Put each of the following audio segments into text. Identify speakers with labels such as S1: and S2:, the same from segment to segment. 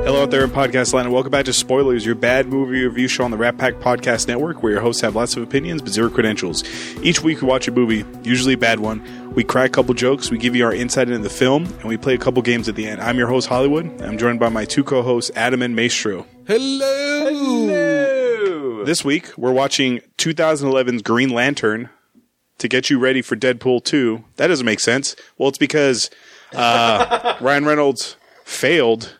S1: Hello out there in podcast land, and welcome back to Spoilers, your bad movie review show on the Rat Pack Podcast Network, where your hosts have lots of opinions but zero credentials. Each week we watch a movie, usually a bad one. We crack a couple jokes, we give you our insight into the film, and we play a couple games at the end. I'm your host Hollywood. and I'm joined by my two co-hosts Adam and Maestro.
S2: Hello.
S1: This week we're watching 2011's Green Lantern to get you ready for Deadpool 2. That doesn't make sense. Well, it's because uh, Ryan Reynolds failed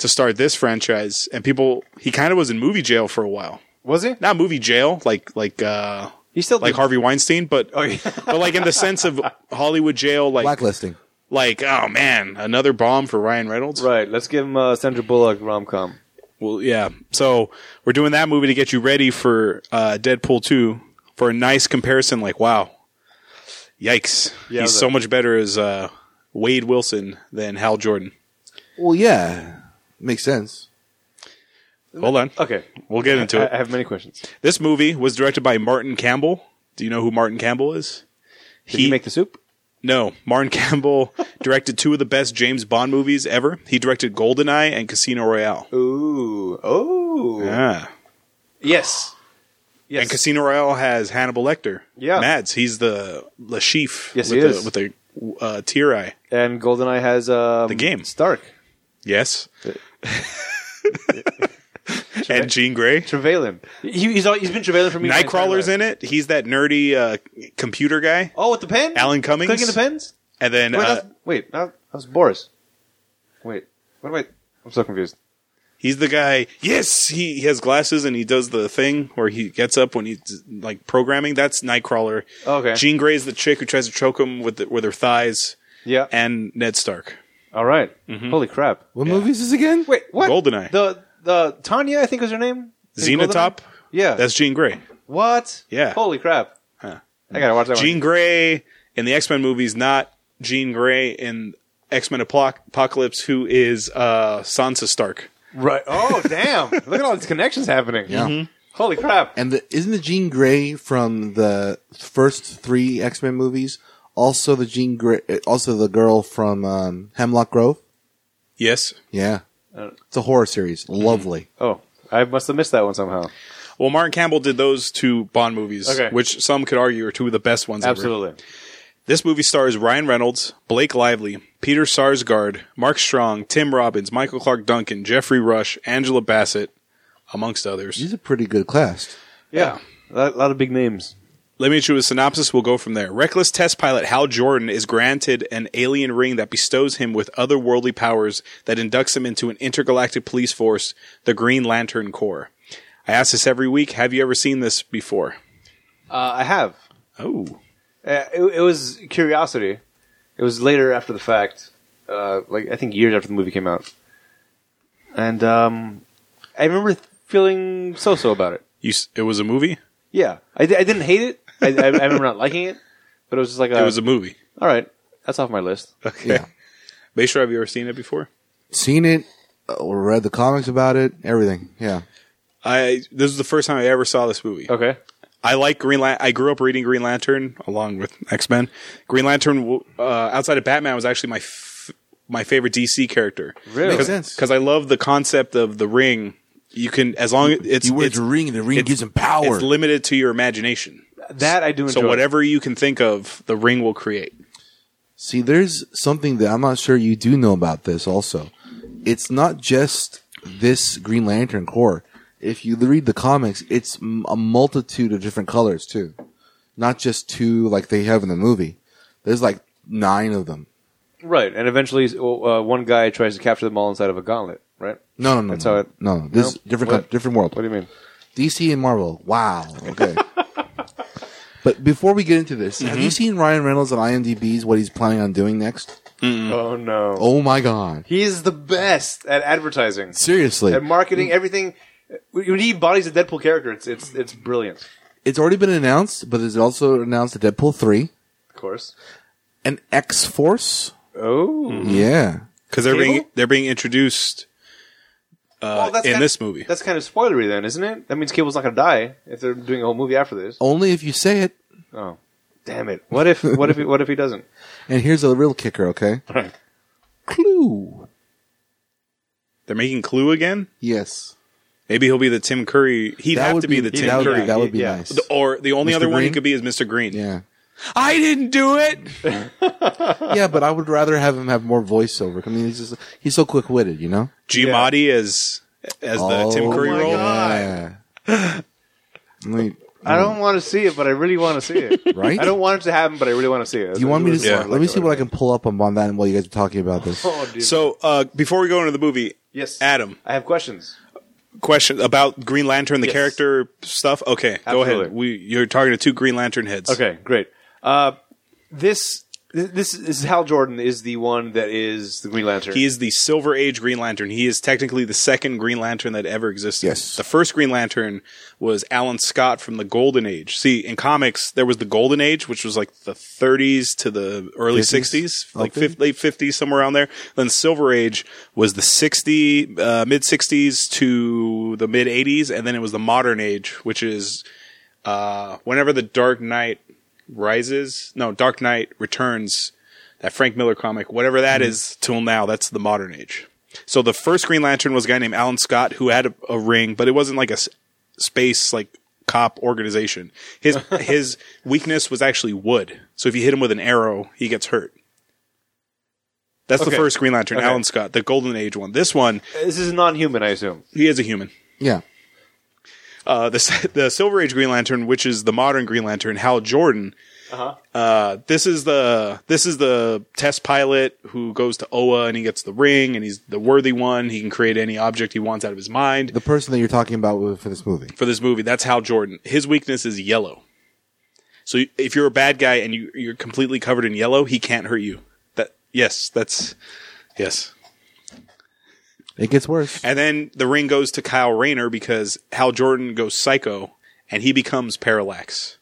S1: to start this franchise, and people he kind of was in movie jail for a while.
S3: Was he?
S1: Not movie jail, like like uh,
S3: He still
S1: like
S3: did-
S1: Harvey Weinstein, but but like in the sense of Hollywood jail, like
S2: Blacklisting.
S1: like oh man, another bomb for Ryan Reynolds.
S3: Right. Let's give him uh, Sandra Bullock rom com.
S1: Well, yeah. So we're doing that movie to get you ready for uh, Deadpool 2 for a nice comparison. Like, wow, yikes!
S3: Yeah,
S1: He's
S3: the-
S1: so much better as uh, Wade Wilson than Hal Jordan.
S2: Well, yeah, makes sense.
S1: Hold on,
S3: Okay.
S1: we'll get into
S3: I, I
S1: it.
S3: have many questions. Did
S1: This movie was directed by Martin Campbell. Do you know who Martin Campbell is?
S3: he, make the soup?
S1: No, Martin Campbell directed two of the best James Bond movies ever. He directed GoldenEye and Casino Royale. Ah.
S3: Ooh. Oh.
S1: Yeah.
S3: Yes. Yes.
S1: And Casino Royale has Hannibal Lecter.
S3: Yeah.
S1: Mads. He's the the chief.
S3: Yes,
S1: with
S3: he
S1: the,
S3: is.
S1: with the uh, tear eye.
S3: And Goldeneye has um, the
S1: game.
S3: Stark.
S1: Yes. and Jean Grey.
S3: Trevelyan. He, he's al- he's been Trevelyan for me. my entire
S1: Nightcrawler's
S3: life.
S1: in it. He's that nerdy uh, computer guy.
S3: Oh, with the pen.
S1: Alan Cummings?
S3: Clicking the pens.
S1: And then
S3: Wait,
S1: uh,
S3: that's, wait, that, that was Boris. Wait, what am I? I'm so confused.
S1: he's the guy. Yes, he, he has glasses and he does the thing where he gets up when he's like programming. That's Nightcrawler.
S3: Okay.
S1: Jean Grey's the chick who tries to choke him with the, with her thighs.
S3: Yeah.
S1: And Ned Stark.
S3: All right. Holy crap.
S2: What movie is this again?
S3: Wait, what?
S1: Goldeneye.
S3: The the Tanya, I think was her name. In
S1: Xenotop.
S3: Goldeneye? Yeah.
S1: That's Jean Grey.
S3: what?
S1: Yeah.
S3: Holy crap.
S1: Huh.
S3: I gotta watch that
S1: Jean Grey in the X Men movies, not Jean Grey in X Men Apocalypse, who is uh, Sansa Stark.
S3: one. Right. Oh damn! Look at all these connections happening.
S2: Yeah.
S3: Holy crap!
S2: And the, isn't the Jean Grey from the first three X Men movies also the Jean Grey? Also the girl from um, Hemlock Grove?
S1: Yes.
S2: Yeah, it's a horror series. Lovely.
S3: Oh, I must have missed that one somehow.
S1: Well, Martin Campbell did those two Bond movies,
S3: Okay.
S1: which some could argue are two of the best ones ever.
S3: Absolutely.
S1: This movie stars Ryan Reynolds, Blake Lively, Peter Sarsgaard, Mark Strong, Tim Robbins, Michael Clark Duncan, Jeffrey Rush, Angela Bassett, amongst others.
S2: She's a pretty good cast.
S3: Yeah. A lot, lot of big names.
S1: Let me issue a synopsis. We'll go from there. Reckless test pilot Hal Jordan is granted an alien ring that bestows him with otherworldly powers that inducts him into an intergalactic police force, the Green Lantern Corps. I ask this every week. Have you ever seen this before?
S3: Uh, I have.
S1: Oh.
S3: Uh, it, it was curiosity. It was later after the fact, uh, like I think years after the movie came out, and um, I remember feeling so-so about it.
S1: You, s- it was a movie?
S3: Yeah, I, di- I didn't hate it. I, I, I remember not liking it, but it was just like a,
S1: It was a movie.
S3: all right. That's off my list.
S1: Okay.
S2: Yeah.
S1: Make sure have you ever seen it before?
S2: Seen it uh, or read the comics about it? Everything. Yeah.
S1: I this is the first time I ever saw this movie.
S3: Okay,
S1: I like Green Lantern. I grew up reading Green Lantern along with X Men. Green Lantern w- uh, outside of Batman was actually my f- my favorite DC character.
S3: Really? Makes
S2: sense.
S1: because I love the concept of the ring. You can as long it's
S2: You wear
S1: it's,
S2: the ring, the ring
S1: it's-
S2: gives him power.
S1: It's limited to your imagination.
S3: that I do enjoy.
S1: So whatever you can think of, the ring will create.
S2: See, there's something that I'm not sure you do know about this also. It's not just this Green Lantern Corps. If you read the comics, it's m- a multitude of different colors too. Not just two like they have in the movie. There's like nine of them.
S3: right, and eventually uh, one guy tries to capture them all inside of a gauntlet. Right?
S2: No, no, no.
S3: That's
S2: no,
S3: how it-
S2: No, no. This
S3: No?
S2: different
S3: What?
S2: co- different world.
S3: What do you mean?
S2: DC and Marvel. Wow. Okay. but before we get into this, have
S3: Mm-hmm.
S2: you seen Ryan Reynolds on IMDb's what he's planning on doing next?
S1: Mm.
S3: Oh no,
S2: Oh my god.
S3: he's the best at advertising.
S2: Seriously.
S3: at marketing everything. When he embodies a Deadpool character, it's it's it's brilliant.
S2: it's already been announced, but it's also announced that Deadpool three,
S3: Of course.
S2: an X Force.
S3: Oh,
S1: Uh,
S2: Yeah,
S1: Because they're being
S3: Cable?
S1: they're being introduced uh,
S3: Well, that's
S1: in
S3: kind-
S1: this movie.
S3: that's kind of spoilery, then, isn't it? That means Cable's not going to die if they're doing a whole movie after this.
S2: only if you say it.
S3: Oh, damn it! What if what if he, what if he doesn't?
S2: And here's a real kicker, okay?
S3: Right.
S2: Clue.
S1: They're making Clue again.
S2: Yes,
S1: Maybe he'll be the Tim Curry. He'd
S2: that
S1: have
S2: would
S1: to be, the Tim
S2: that would,
S1: Curry.
S2: be- that would be
S3: Yeah.
S2: nice.
S1: The- or the only
S2: Mr.
S1: other one he
S2: Green?
S1: could be is Mr. Green.
S2: yeah,
S1: I didn't do it.
S2: yeah, but I would rather have him have more voiceover. I mean, he's just he's so quick witted, you know. Oh,
S1: Giamatti as as the
S3: Oh
S1: Tim Curry
S2: my
S1: role.
S2: God. I mean,
S3: I don't want to see it, but I really want to see it.
S2: Mm. Right?
S3: I don't want it to happen, but I really want to see it.
S2: do you want me to?
S1: Yeah.
S2: Let me see what I can pull up on on that while you guys are talking about this.
S3: Oh, dude.
S1: So uh, before we go into the movie,
S3: yes,
S1: Adam,
S3: I have questions.
S1: question about Green Lantern, the
S3: Yes.
S1: character stuff. Okay, go ahead.
S3: Absolutely.
S1: We you're targeting two Green Lantern heads.
S3: Okay, great. Uh, this this this is Hal Jordan is the one that is the Green Lantern.
S1: He is the Silver Age Green Lantern. He is technically the second Green Lantern that ever existed.
S2: Yes.
S1: The first Green Lantern was Alan Scott from the Golden Age. See, in comics, there was the Golden Age, which was like the 30s to the early
S2: 50s?
S1: 60s, like
S2: Okay.
S1: fif- late 50s, somewhere around there. Then Silver Age was the 60, uh, mid 60s to the mid 80s. And then it was the Modern Age, which is uh, whenever the Dark Knight Rises, no, Dark Knight Returns, that Frank Miller comic, whatever that
S3: Hmm.
S1: is, till now, that's the modern age. So the first Green Lantern was a guy named Alan Scott who had a, a ring, but it wasn't like a s- space like cop organization. His his weakness was actually wood. So if you hit him with an arrow, he gets hurt. That's the
S3: Okay.
S1: first Green Lantern,
S3: Okay.
S1: Alan Scott, the Golden Age one. This one,
S3: this is non-human, I assume.
S1: he is a human.
S2: Yeah,
S1: Uh, the s- the Silver Age Green Lantern, which is the modern Green Lantern, Hal Jordan. Uh, this is the this is the test pilot who goes to Oa and he gets the ring and he's the worthy one. He can create any object he wants out of his mind.
S2: the person that you're talking about with- for this movie.
S1: For this movie, that's Hal Jordan. His weakness is yellow. So y- if you're a bad guy and you, you're completely covered in yellow, he can't hurt you. That yes, that's yes.
S2: It gets worse.
S1: And then the ring goes to Kyle Rayner because Hal Jordan goes psycho and he becomes Parallax,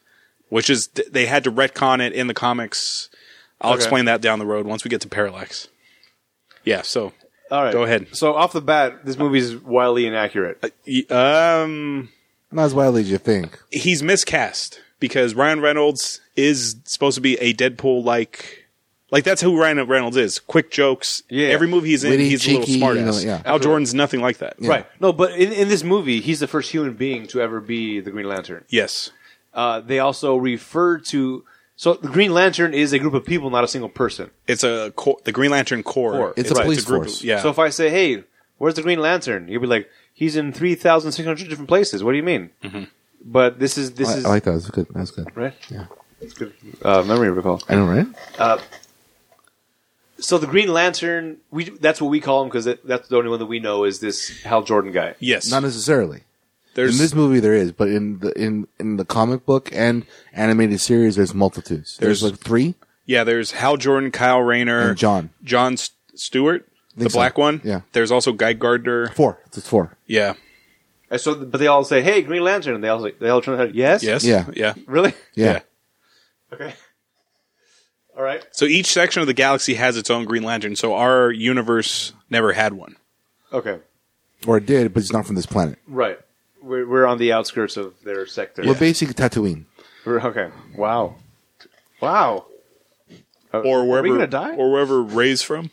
S1: which is they had to retcon it in the comics. I'll explain that down the road once we get to Parallax. Yeah, so
S3: All right,
S1: Go ahead.
S3: So off the bat, this movie is wildly inaccurate.
S1: y- um
S2: Not as wildly as you think.
S1: he's miscast because Ryan Reynolds is supposed to be a Deadpool like like that's who Ryan Reynolds is. Quick jokes.
S3: Yeah.
S1: Every movie he's in,
S2: Witty,
S1: he's a
S2: cheeky,
S1: little smartass.
S2: you know, yeah.
S1: Al Jordan's nothing like that.
S3: Right. No, but in, in this movie, he's the first human being to ever be the Green Lantern.
S1: Yes.
S3: Uh, they also refer to so the Green Lantern is a group of people, not a single person.
S1: It's a cor- the Green Lantern Corps.
S3: Corps.
S2: It's a police
S1: group
S2: force.
S1: Of, yeah.
S3: So if I say, "Hey, where's the Green Lantern?" You'll be like, "He's in three thousand six hundred different places." What do you mean? But this is this
S2: I,
S3: is
S2: I like that. That's good. That's good.
S3: right. Yeah, it's good uh, memory recall.
S2: I know, right?
S3: So the Green Lantern, we that's what we call him because that's the only one that we know is this Hal Jordan guy.
S1: yes.
S2: Not necessarily.
S1: There's
S2: in this movie, there is, but in the in in the comic book and animated series, there's multitudes. There's,
S1: There's-
S2: like three.
S1: yeah, there's Hal Jordan, Kyle Rayner,
S2: And John.
S1: John S- Stewart, the
S2: Think so.
S1: black one.
S2: Yeah.
S1: There's also Guy Gardner.
S2: Four. It's four.
S1: Yeah.
S3: And so, but they all say, "Hey, Green Lantern," and they all say, they all turn their head, "Yes,
S1: Yes.
S2: Yeah.
S1: Yeah.
S3: really."
S2: Yeah.
S3: Okay. All right.
S1: So each section of the galaxy has its own Green Lantern. So our universe never had one.
S3: Okay.
S2: Or it did, but it's not from this planet.
S3: Right. We're, we're on the outskirts of their sector.
S2: We're basically Tatooine.
S3: We're- okay. Wow. Wow. Uh,
S1: Or wherever
S3: Are we gonna die?
S1: or wherever Ray's from.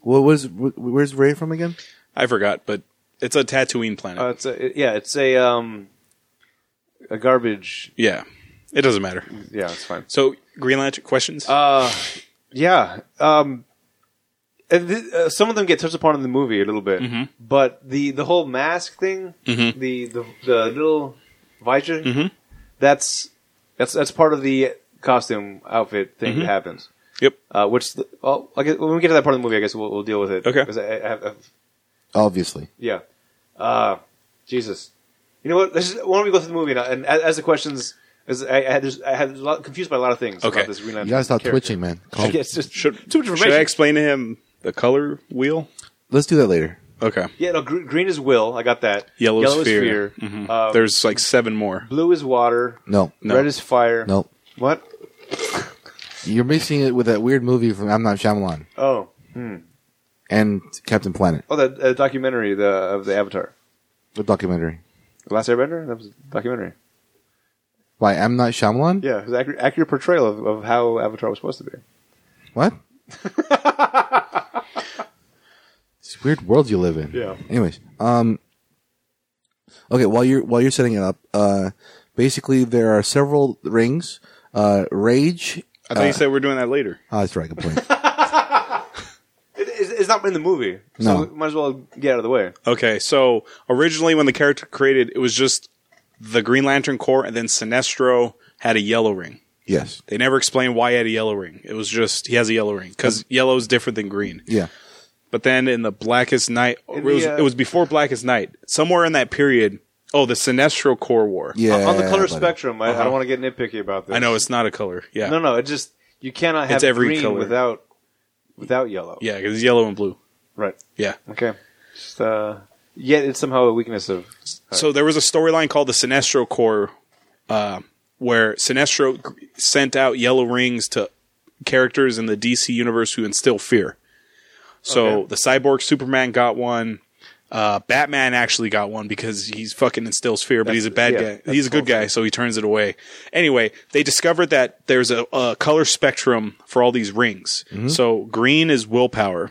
S2: What was wh- where's Ray from again?
S1: I forgot, but it's a Tatooine planet.
S3: Uh, it's a, it- yeah. It's a um, a garbage.
S1: yeah. It doesn't matter.
S3: Yeah, it's fine.
S1: So Green Lantern questions?
S3: Uh, Yeah. Um, and th- uh, some of them get touched upon in the movie a little bit,
S1: Mm-hmm.
S3: but the the whole mask thing, the, the the little visor,
S1: Mm-hmm.
S3: that's that's that's part of the costume outfit thing that happens.
S1: Mm-hmm. yep.
S3: Uh, which, the, well, I guess when we get to that part of the movie, I guess we'll, we'll deal with it.
S1: Okay.
S3: 'Cause I, I have, I have-
S2: Obviously,
S3: yeah. Uh, Jesus. You know what? Let's just, why don't we go through the movie now? And as, as the questions, as I, I had, this- I had a lot, confused by a lot of things
S1: Okay.
S3: about this Green
S2: you
S3: Lantern.
S2: gotta stop
S3: character.
S2: twitching, man. Calm.
S3: Yeah, it's just
S1: Should,
S3: too much
S1: should I
S3: information.
S1: explain to him the color wheel?
S2: Let's do that later.
S1: Okay.
S3: yeah, no, gr- green is will. I got that.
S1: Yellow, is fear. Mhm.
S3: Uh,
S1: There's like seven more.
S3: blue is water.
S2: No,
S1: No.
S3: Red is fire.
S2: no.
S3: What?
S2: You're mixing it with that weird movie from I'm Not Shyamalan
S3: Oh,
S2: and Captain Planet,
S3: oh, that uh, documentary the of the Avatar,
S2: the documentary
S3: the Last Airbender. That was a documentary.
S2: by I'm Not Shyamalan.
S3: Yeah, it was accurate, accurate portrayal of, of how Avatar was supposed to be.
S2: What? It's a weird world you live in.
S1: Yeah.
S2: Anyways, um, okay. While you're while you're setting it up, uh, basically there are several rings. Uh, rage.
S1: I thought you Uh, said we're doing that later.
S2: Oh, that's right. Good point.
S3: It, it's, it's not in the movie, so
S2: No.
S3: we might as well get out of the way.
S1: Okay, so originally when the character created, it was just the Green Lantern Corps, and then Sinestro had a yellow ring.
S2: yes.
S1: They never explained why he had a yellow ring. It was just he has a yellow ring because yellow is different than green.
S2: Yeah.
S1: But then in the Blackest Night, it,
S3: the,
S1: was,
S3: uh,
S1: it was before Blackest Night. Somewhere in that period, oh, the Sinestro Corps War.
S2: Yeah.
S3: On the color
S2: buddy.
S3: spectrum, I, I don't want to get nitpicky about this.
S1: I know it's not a color. Yeah,
S3: No, no, it just you cannot have
S1: It's every
S3: green
S1: color.
S3: without without yellow.
S1: yeah, because it's yellow and blue.
S3: Right.
S1: Yeah.
S3: Okay. Just, uh, yet it's somehow a weakness of.
S1: So there was a storyline called the Sinestro Corps, uh, where Sinestro g- sent out yellow rings to characters in the DC universe who instill fear. So
S3: Okay.
S1: the Cyborg Superman got one. Uh, Batman actually got one because he's fucking instills fear, but he's a bad
S3: yeah,
S1: guy.
S3: that's
S1: He's a good guy, so he turns it away. Anyway, they discovered that there's a, a color spectrum for all these rings.
S3: Mm-hmm.
S1: So green is willpower,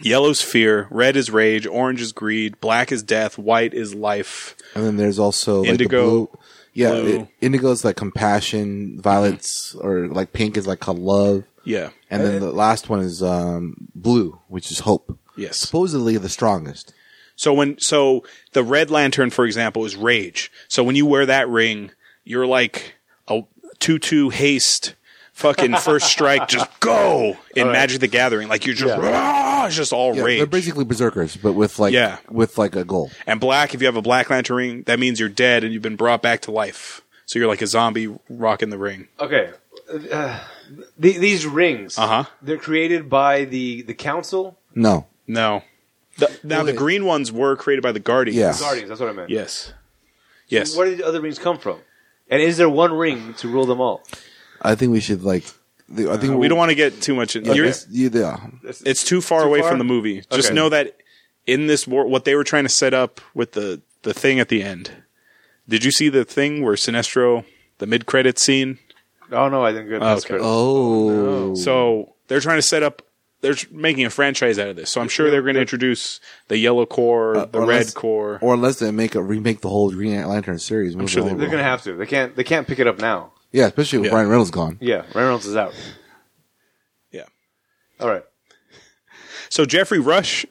S1: yellow's fear, red is rage, orange is greed, black is death, white is life.
S2: And then there's also like
S1: Indigo,
S2: The blue. Yeah.
S1: blue.
S2: It, indigo's like compassion. Violet's or like pink is like called love.
S1: Yeah.
S2: And then the last one is um, blue, which is hope.
S1: Yes.
S2: Supposedly the strongest.
S1: So when so the red lantern, for example, is rage. So when you wear that ring, you're like a two two haste fucking first strike, just go in Magic the Gathering. Like you're just "Rah!" it's just all
S2: Yeah,
S1: rage.
S2: They're basically berserkers, but with like
S1: Yeah.
S2: with like a goal.
S1: and black, if you have a black lantern ring, that means you're dead and you've been brought back to life. So you're like a zombie rocking the ring.
S3: Okay. Uh, the, these rings.
S1: Uh-huh.
S3: They're created by the the council
S2: No.
S1: No. The, now the
S2: Wait.
S1: green ones were created by the Guardians.
S2: Yeah.
S3: guardians. That's what I meant.
S1: Yes. Yes.
S3: Where did the other rings come from? And is there one ring to rule them all?
S2: I think we should like. The, I think
S1: Uh, we don't want to get too much. In,
S2: Yeah,
S1: you're-
S2: it's- you- yeah.
S1: it's too far
S3: Too
S1: away
S3: far?
S1: from the movie. Just
S3: Okay.
S1: know that in this war, what they were trying to set up with the the thing at the end. Did you see the thing where Sinestro, the mid credit scene?
S3: Oh no, I didn't get
S1: okay.
S3: okay.
S2: Oh,
S1: So they're trying to set up. They're tr- making a franchise out of this, so I'm sure they're going to introduce the yellow core, the
S2: or
S1: red
S2: unless-
S1: core.
S2: or unless they make a remake the whole Green Lantern series. I'm
S1: sure they
S3: They're gonna have to. They can't. They can't pick it up now.
S2: Yeah, especially with
S1: Yeah.
S2: Ryan Reynolds gone.
S3: Yeah, Reynolds is out.
S1: yeah.
S3: All right.
S1: So Jeffrey Rush,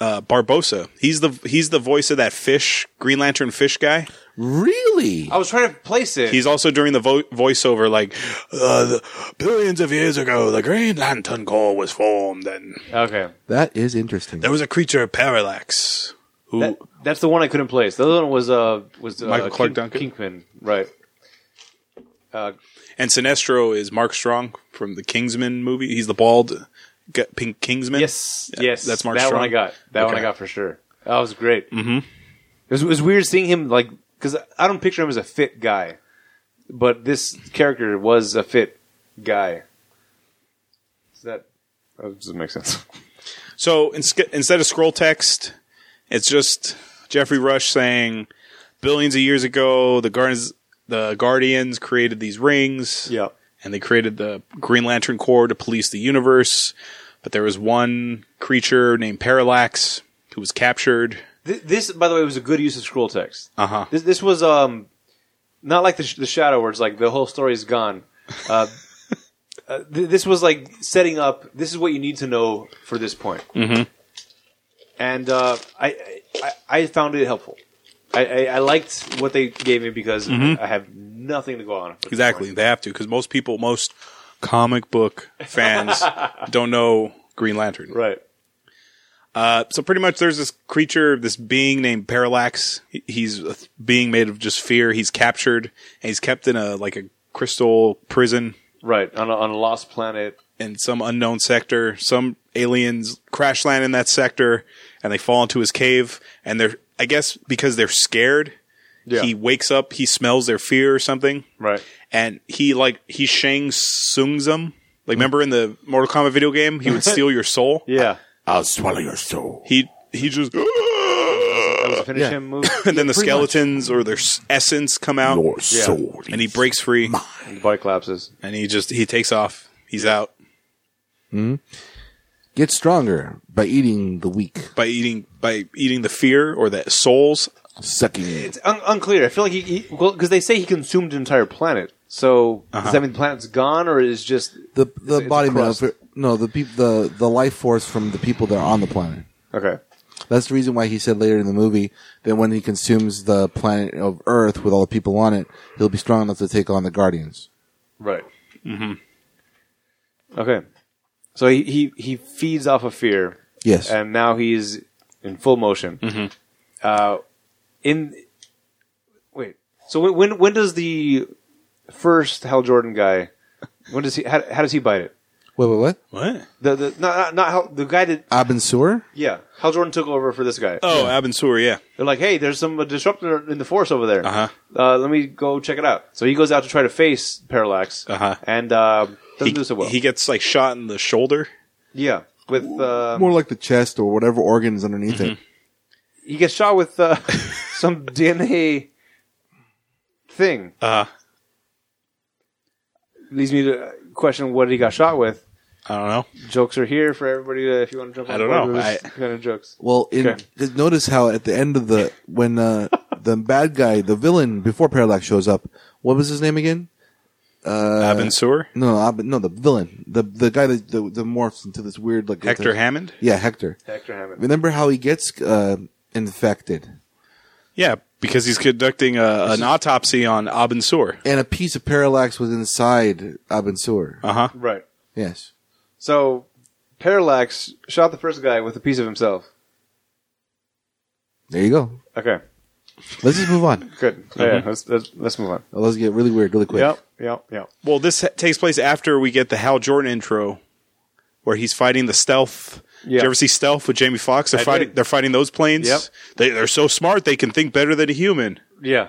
S1: uh, Barbosa, he's the he's the voice of that fish Green Lantern fish guy.
S2: Really?
S3: I was trying to place it.
S1: He's also during the vo- voiceover, like, uh, the, billions of years ago, the Green Lantern Corps was formed, and
S3: okay.
S2: That is interesting.
S1: there was a creature, Parallax, who
S3: That, that's the one I couldn't place. The other one was uh was uh,
S1: Michael Clark
S3: King-
S1: Duncan?
S3: Kingpin, right? Uh,
S1: and Sinestro is Mark Strong from the Kingsman movie. He's the bald, g- pink Kingsman.
S3: yes,
S1: Yeah,
S3: yes,
S1: that's Mark
S3: That
S1: Strong.
S3: one I got. That one I
S1: Okay.
S3: got for sure. That was great. Mm-hmm. It was, it was weird seeing him like because I don't picture him as a fit guy, but this character was a fit guy. Does that oh, doesn't make sense.
S1: So insca- instead of scroll text, it's just Jeffrey Rush saying, billions of years ago, the Guardians, the Guardians created these rings.
S3: Yeah.
S1: and they created the Green Lantern Corps to police the universe. But there was one creature named Parallax who was captured.
S3: Th- This, by the way, was a good use of scroll text.
S1: Uh huh.
S3: This, this was um, not like the, sh- the shadow where it's like the whole story is gone. Uh, uh, th- this was like setting up. This is what you need to know for this point. Mm-hmm. And uh, I, I I found it helpful. I, I, I liked what they gave me because I have nothing to go on. at this
S1: Exactly.
S3: point.
S1: They have to because most people, most comic book fans don't know Green Lantern.
S3: Right.
S1: Uh, so pretty much there's this creature, this being named Parallax. He- He's a th- being made of just fear. He's captured and he's kept in a like a crystal prison
S3: Right. On a, on a lost planet.
S1: in some unknown sector. Some aliens crash land in that sector and they fall into his cave. And they're, I guess, because they're scared,
S3: Yeah.
S1: he wakes up, he smells their fear or something.
S3: Right.
S1: And he, like, he Shang Tsung's them. Like, remember in the Mortal Kombat video game, he would steal your soul?
S3: Yeah.
S2: I'll swallow your soul.
S1: He, he just,
S3: That was a finish
S2: Yeah.
S3: him move.
S1: and then the
S2: pretty much.
S1: skeletons or their s- essence come out
S2: Your soul.
S1: and he breaks free
S3: Body collapses.
S1: and he just, he takes off. He's out.
S2: Get stronger by eating the weak,
S1: by eating by eating the fear or the souls.
S2: sucking it.
S3: It's un- unclear. I feel like he, he well because they say he consumed an entire planet. So does that mean the planet's gone or is just
S2: The the
S3: it's a
S2: body
S3: crust.
S2: matter. No, the peop- the the life force from the people that are on the planet.
S3: okay?
S2: That's the reason why he said later in the movie that when he consumes the planet of Earth with all the people on it, he'll be strong enough to take on the Guardians.
S3: Right. Mm-hmm. Okay. So he, he he feeds off of fear,
S2: Yes.
S3: and now he's in full motion. Uh, in wait, so when, when when does the first Hal Jordan guy? When does he? How, how does he bite it?
S2: wait, wait, what?
S1: What?
S3: The the not not, not Hal, the guy that
S2: Abensur?
S3: yeah Hal Jordan took over for this guy.
S1: Oh, Abensur, yeah.
S3: They're like, hey, there's some uh, disruptor in the force over there.
S1: Uh-huh.
S3: Uh, Let me go check it out. So he goes out to try to face Parallax,
S1: Uh-huh.
S3: and uh, doesn't
S1: He,
S3: do so well.
S1: he gets like shot in the shoulder.
S3: yeah, with uh,
S2: More like the chest or whatever organ is underneath it.
S3: Mm-hmm. he gets shot with uh, some DNA thing.
S1: Uh,
S3: Leads me to question what he got shot with.
S1: I don't know.
S3: Jokes are here for everybody to, if you want to jump.
S1: I
S3: on
S1: don't
S3: board
S1: know.
S3: with
S1: I-
S3: this kind of jokes.
S2: Well, in,
S3: Okay.
S2: 'cause notice how at the end of the when uh, the bad guy, the villain before Parallax shows up, what was his name again?
S3: Uh,
S1: Abensur,
S2: No, Ab- no, the villain, the the guy that the, the morphs into this weird like
S1: Hector Hammond.
S2: Yeah, Hector.
S3: Hector Hammond.
S2: Remember how he gets uh, infected,
S1: Yeah, because he's conducting a, an autopsy on Abensur.
S2: and a piece of Parallax was inside Abensur.
S1: Uh huh.
S3: Right.
S2: Yes.
S3: So Parallax shot the first guy with a piece of himself.
S2: There you go.
S3: Okay.
S2: Let's just move on.
S3: Good. Oh, Yeah.
S1: Mm-hmm.
S3: Let's, let's let's move on.
S2: Let's get really weird really quick.
S3: Yep. Yep. Yep.
S1: Well, this ha- takes place after we get the Hal Jordan intro, where he's fighting the stealth. Did
S3: Yeah.
S1: you ever see Stealth with Jamie Foxx? They're
S3: I
S1: fighting.
S3: did.
S1: They're fighting those planes.
S3: Yep.
S1: They, they're so smart they can think better than a human.
S3: Yeah.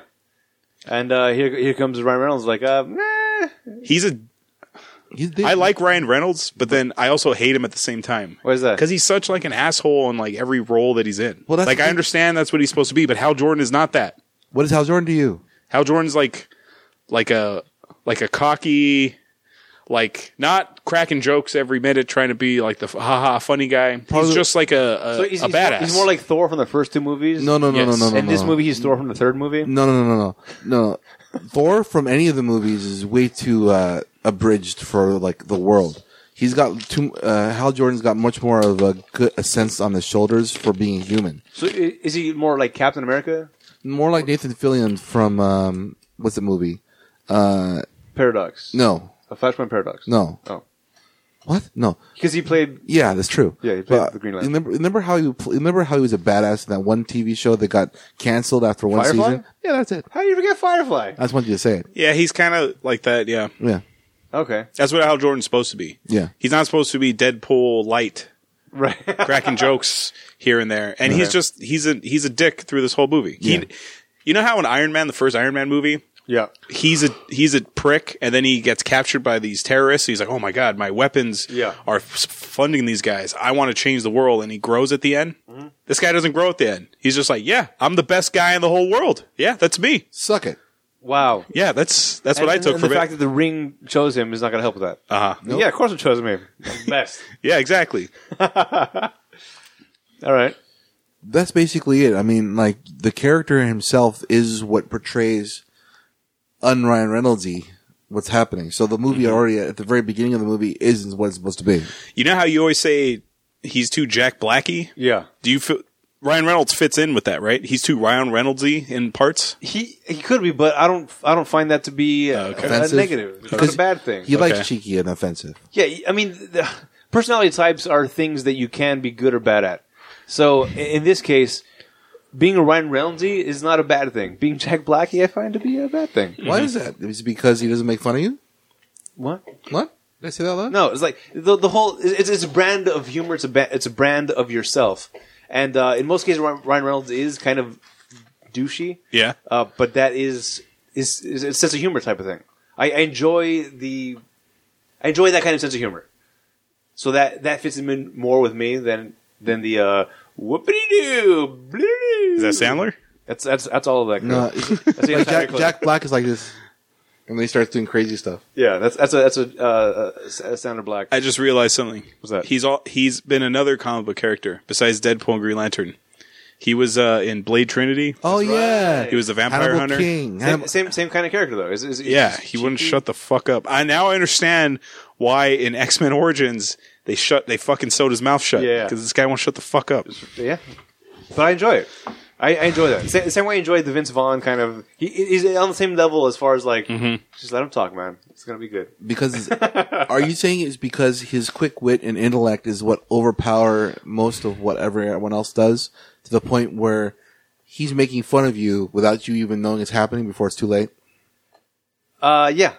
S3: And uh, here here comes Ryan Reynolds. Like, uh, nah.
S1: He's a.
S2: He's the-
S1: I like Ryan Reynolds, but then I also hate him at the same time.
S3: Why is that?
S1: Because he's such like an asshole in like every role that he's in.
S2: Well, that's
S1: like
S2: the
S1: I
S2: thing.
S1: understand that's what he's supposed to be, but Hal Jordan is not that.
S2: What is Hal Jordan to you?
S1: Hal Jordan's like like a like a cocky like not cracking jokes every minute trying to be like the f- haha funny guy.
S2: Probably-
S1: he's just like a a,
S3: So he's,
S1: a
S3: he's more-
S1: badass.
S3: He's more like Thor from the first two movies.
S2: No, no, no,
S1: Yes.
S2: no, no, no.
S3: And this
S2: no.
S3: movie, he's Thor from the third movie.
S2: No, no, no, no, no. No. Thor from any of the movies is way too uh, abridged for like the world. He's got too. Uh, Hal Jordan's got much more of a, good, a sense on his shoulders for being human.
S3: So i- is he more like Captain America?
S2: More like Nathan Fillion from um, what's the movie?
S3: Paradox.
S2: No,
S3: A Flashpoint Paradox.
S2: no.
S3: Oh.
S2: What? No.
S3: Because he played.
S2: Yeah, that's true.
S3: Yeah, he played
S2: But
S3: the Green Lantern.
S2: Remember, remember how you pl- remember how he was a badass in that one TV show that got canceled after one
S3: Firefly?
S2: season. Uh, Yeah, that's it.
S3: How do you forget Firefly?
S2: I just want you to say it.
S1: yeah, he's kind of like that. Yeah,
S2: Yeah,
S3: Okay.
S1: that's what Hal Jordan's supposed to be.
S2: Yeah.
S1: he's not supposed to be Deadpool light,
S3: Right.
S1: cracking jokes here and there, and he's
S3: Okay.
S1: just he's a he's a dick through this whole movie.
S2: Yeah.
S1: He, you know how in Iron Man, the first Iron Man movie,
S3: yeah.
S1: he's a he's a prick, and then he gets captured by these terrorists. He's like, "Oh my god, my weapons
S3: Yeah.
S1: are f- funding these guys. I want to change the world." And he grows at the end.
S3: Mm-hmm.
S1: This guy doesn't grow at the end. He's just like, "Yeah, I'm the best guy in the whole world. Yeah, that's me.
S2: suck it.
S3: Wow.
S1: Yeah, that's that's what
S3: and,
S1: I took
S3: and
S1: from
S3: the fact
S1: it."
S3: that the ring chose him is not going to help with that.
S1: Uh huh.
S3: Yeah, of course it chose me. Best.
S1: Yeah, exactly.
S3: All right.
S2: that's basically it. I mean, like the character himself is what portrays un Ryan Reynoldsy what's happening. So the movie
S3: Mm-hmm.
S2: already at the very beginning of the movie isn't what it's supposed to be.
S3: Uh,
S1: You know how you always say he's too Jack Blackie.
S3: Yeah.
S1: Do you feel Ryan Reynolds fits in with that? Right? He's too Ryan Reynoldsy in parts.
S3: He he could be, but I don't I don't find that to be uh,
S1: Okay.
S3: a, a
S2: Offensive.
S3: negative. It's a bad thing.
S2: He
S1: Okay.
S2: likes cheeky and offensive.
S3: Yeah, I mean, the, personality types are things that you can be good or bad at. So i- in this case, being a Ryan Reynoldsy is not a bad thing. Being Jack Blackie, I find to be a bad thing.
S2: Why is that? Is it because he doesn't make fun of you?
S3: What?
S2: What? Did I say that loud?
S3: No, it's like the the whole it's it's a brand of humor. It's a ba- it's a brand of yourself. And uh, in most cases, Ryan Ryan Reynolds is kind of douchey.
S1: Yeah.
S3: Uh, but that is is, is it's sense of humor type of thing. I, I enjoy the I enjoy that kind of sense of humor. So that that fits in more with me than than the uh, whoopity doo.
S1: Is that Sandler?
S3: That's that's that's all of that.
S2: No,
S3: crap.
S2: it's-
S3: That's the
S2: like
S3: entire
S2: Jack,
S3: clip.
S2: Jack Black is like this. and they start doing crazy stuff.
S3: Yeah, that's that's a that's a, uh, a, a Sandra Black.
S1: I just realized something.
S3: What's that?
S1: He's all he's been another comic book character besides Deadpool and Green Lantern. He was uh, in Blade Trinity.
S2: Oh yeah,
S1: He was the vampire
S2: Hannibal
S1: hunter.
S2: King.
S3: same,
S2: Hannibal-
S3: same same kind of character though. Is, is, is-
S1: Yeah,
S3: is
S1: he wouldn't
S3: cheeky.
S1: shut the fuck up. I now I understand why in X Men Origins they shut they fucking sewed his mouth shut.
S3: Yeah.
S1: because this guy won't shut the fuck up.
S3: Yeah, but I enjoy it. I, I enjoy that. Sa- same way I enjoyed the Vince Vaughn kind of. He, he's on the same level as far as like, just let him talk, man. It's gonna be good.
S2: because are you saying it's because his quick wit and intellect is what overpower most of whatever everyone else does to the point where he's making fun of you without you even knowing it's happening before it's too late?
S3: Uh, yeah,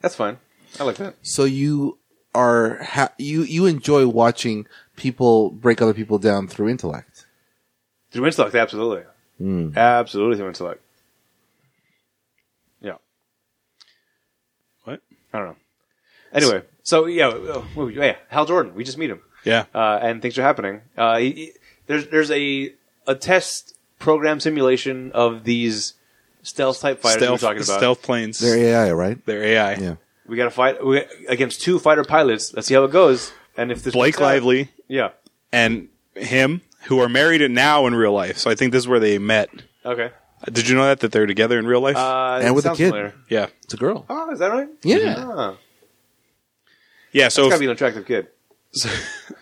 S3: that's fine. I like that.
S2: So you are ha- you you enjoy watching people break other people down through intellect.
S3: Through intellect, absolutely, absolutely through intellect. Yeah.
S1: What?
S3: I don't know. Anyway, so yeah, uh, well, yeah, Hal Jordan. We just meet him.
S1: Yeah,
S3: uh, and things are happening. Uh, he- he- there's there's a a test program simulation of these stealth type fighters
S1: stealth
S3: we were talking about.
S1: stealth planes.
S2: They're AI, right?
S1: They're AI.
S2: Yeah.
S3: We got to fight we, against two fighter pilots. Let's see how it goes. And if this
S1: Blake
S3: works out-
S1: Lively
S3: yeah,
S1: and him who are married now in real life. So I think this is where they met.
S3: okay,
S1: Did you know that that they're together in real life?
S3: uh,
S2: And with a
S3: sounds
S2: kid.
S3: familiar.
S1: yeah,
S2: It's a girl.
S3: Oh, is that right?
S2: Yeah.
S3: Ah,
S1: yeah. So
S3: it's gotta
S1: if-
S3: be an attractive kid.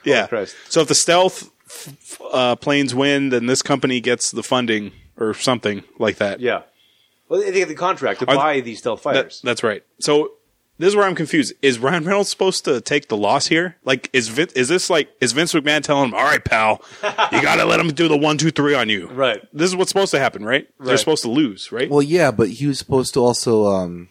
S1: yeah.
S3: Christ.
S1: So if the stealth f- uh, planes win, then this company gets the funding or something like that.
S3: Yeah. Well, they they get the contract to
S1: Are-
S3: buy these stealth
S1: That-
S3: fighters.
S1: that's right. So this is where I'm confused. Is Ryan Reynolds supposed to take the loss here? Like, is Vin- is this like is Vince McMahon telling him, "All right, pal, you got to let him do the one, two, three on you"?
S3: Right.
S1: This is what's supposed to happen, right? They're
S3: Right.
S1: supposed to lose, right?
S2: Well, yeah, but he was supposed to also um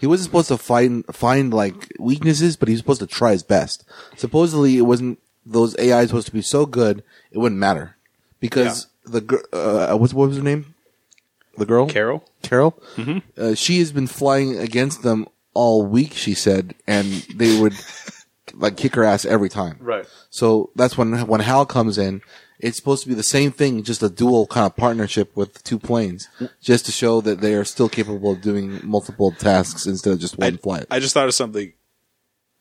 S2: he wasn't supposed to find find like weaknesses, but he was supposed to try his best. Supposedly, it wasn't those AI is supposed to be so good it wouldn't matter because the gir- uh, what's what was her name? The girl
S1: Carol.
S2: Carol. Mm-hmm. Uh, she has been flying against them all week. She said, and they would like kick her ass every time.
S3: Right.
S2: So that's when when Hal comes in. It's supposed to be the same thing, just a dual kind of partnership with two planes, just to show that they are still capable of doing multiple tasks instead of just one flight.
S1: I just thought of something.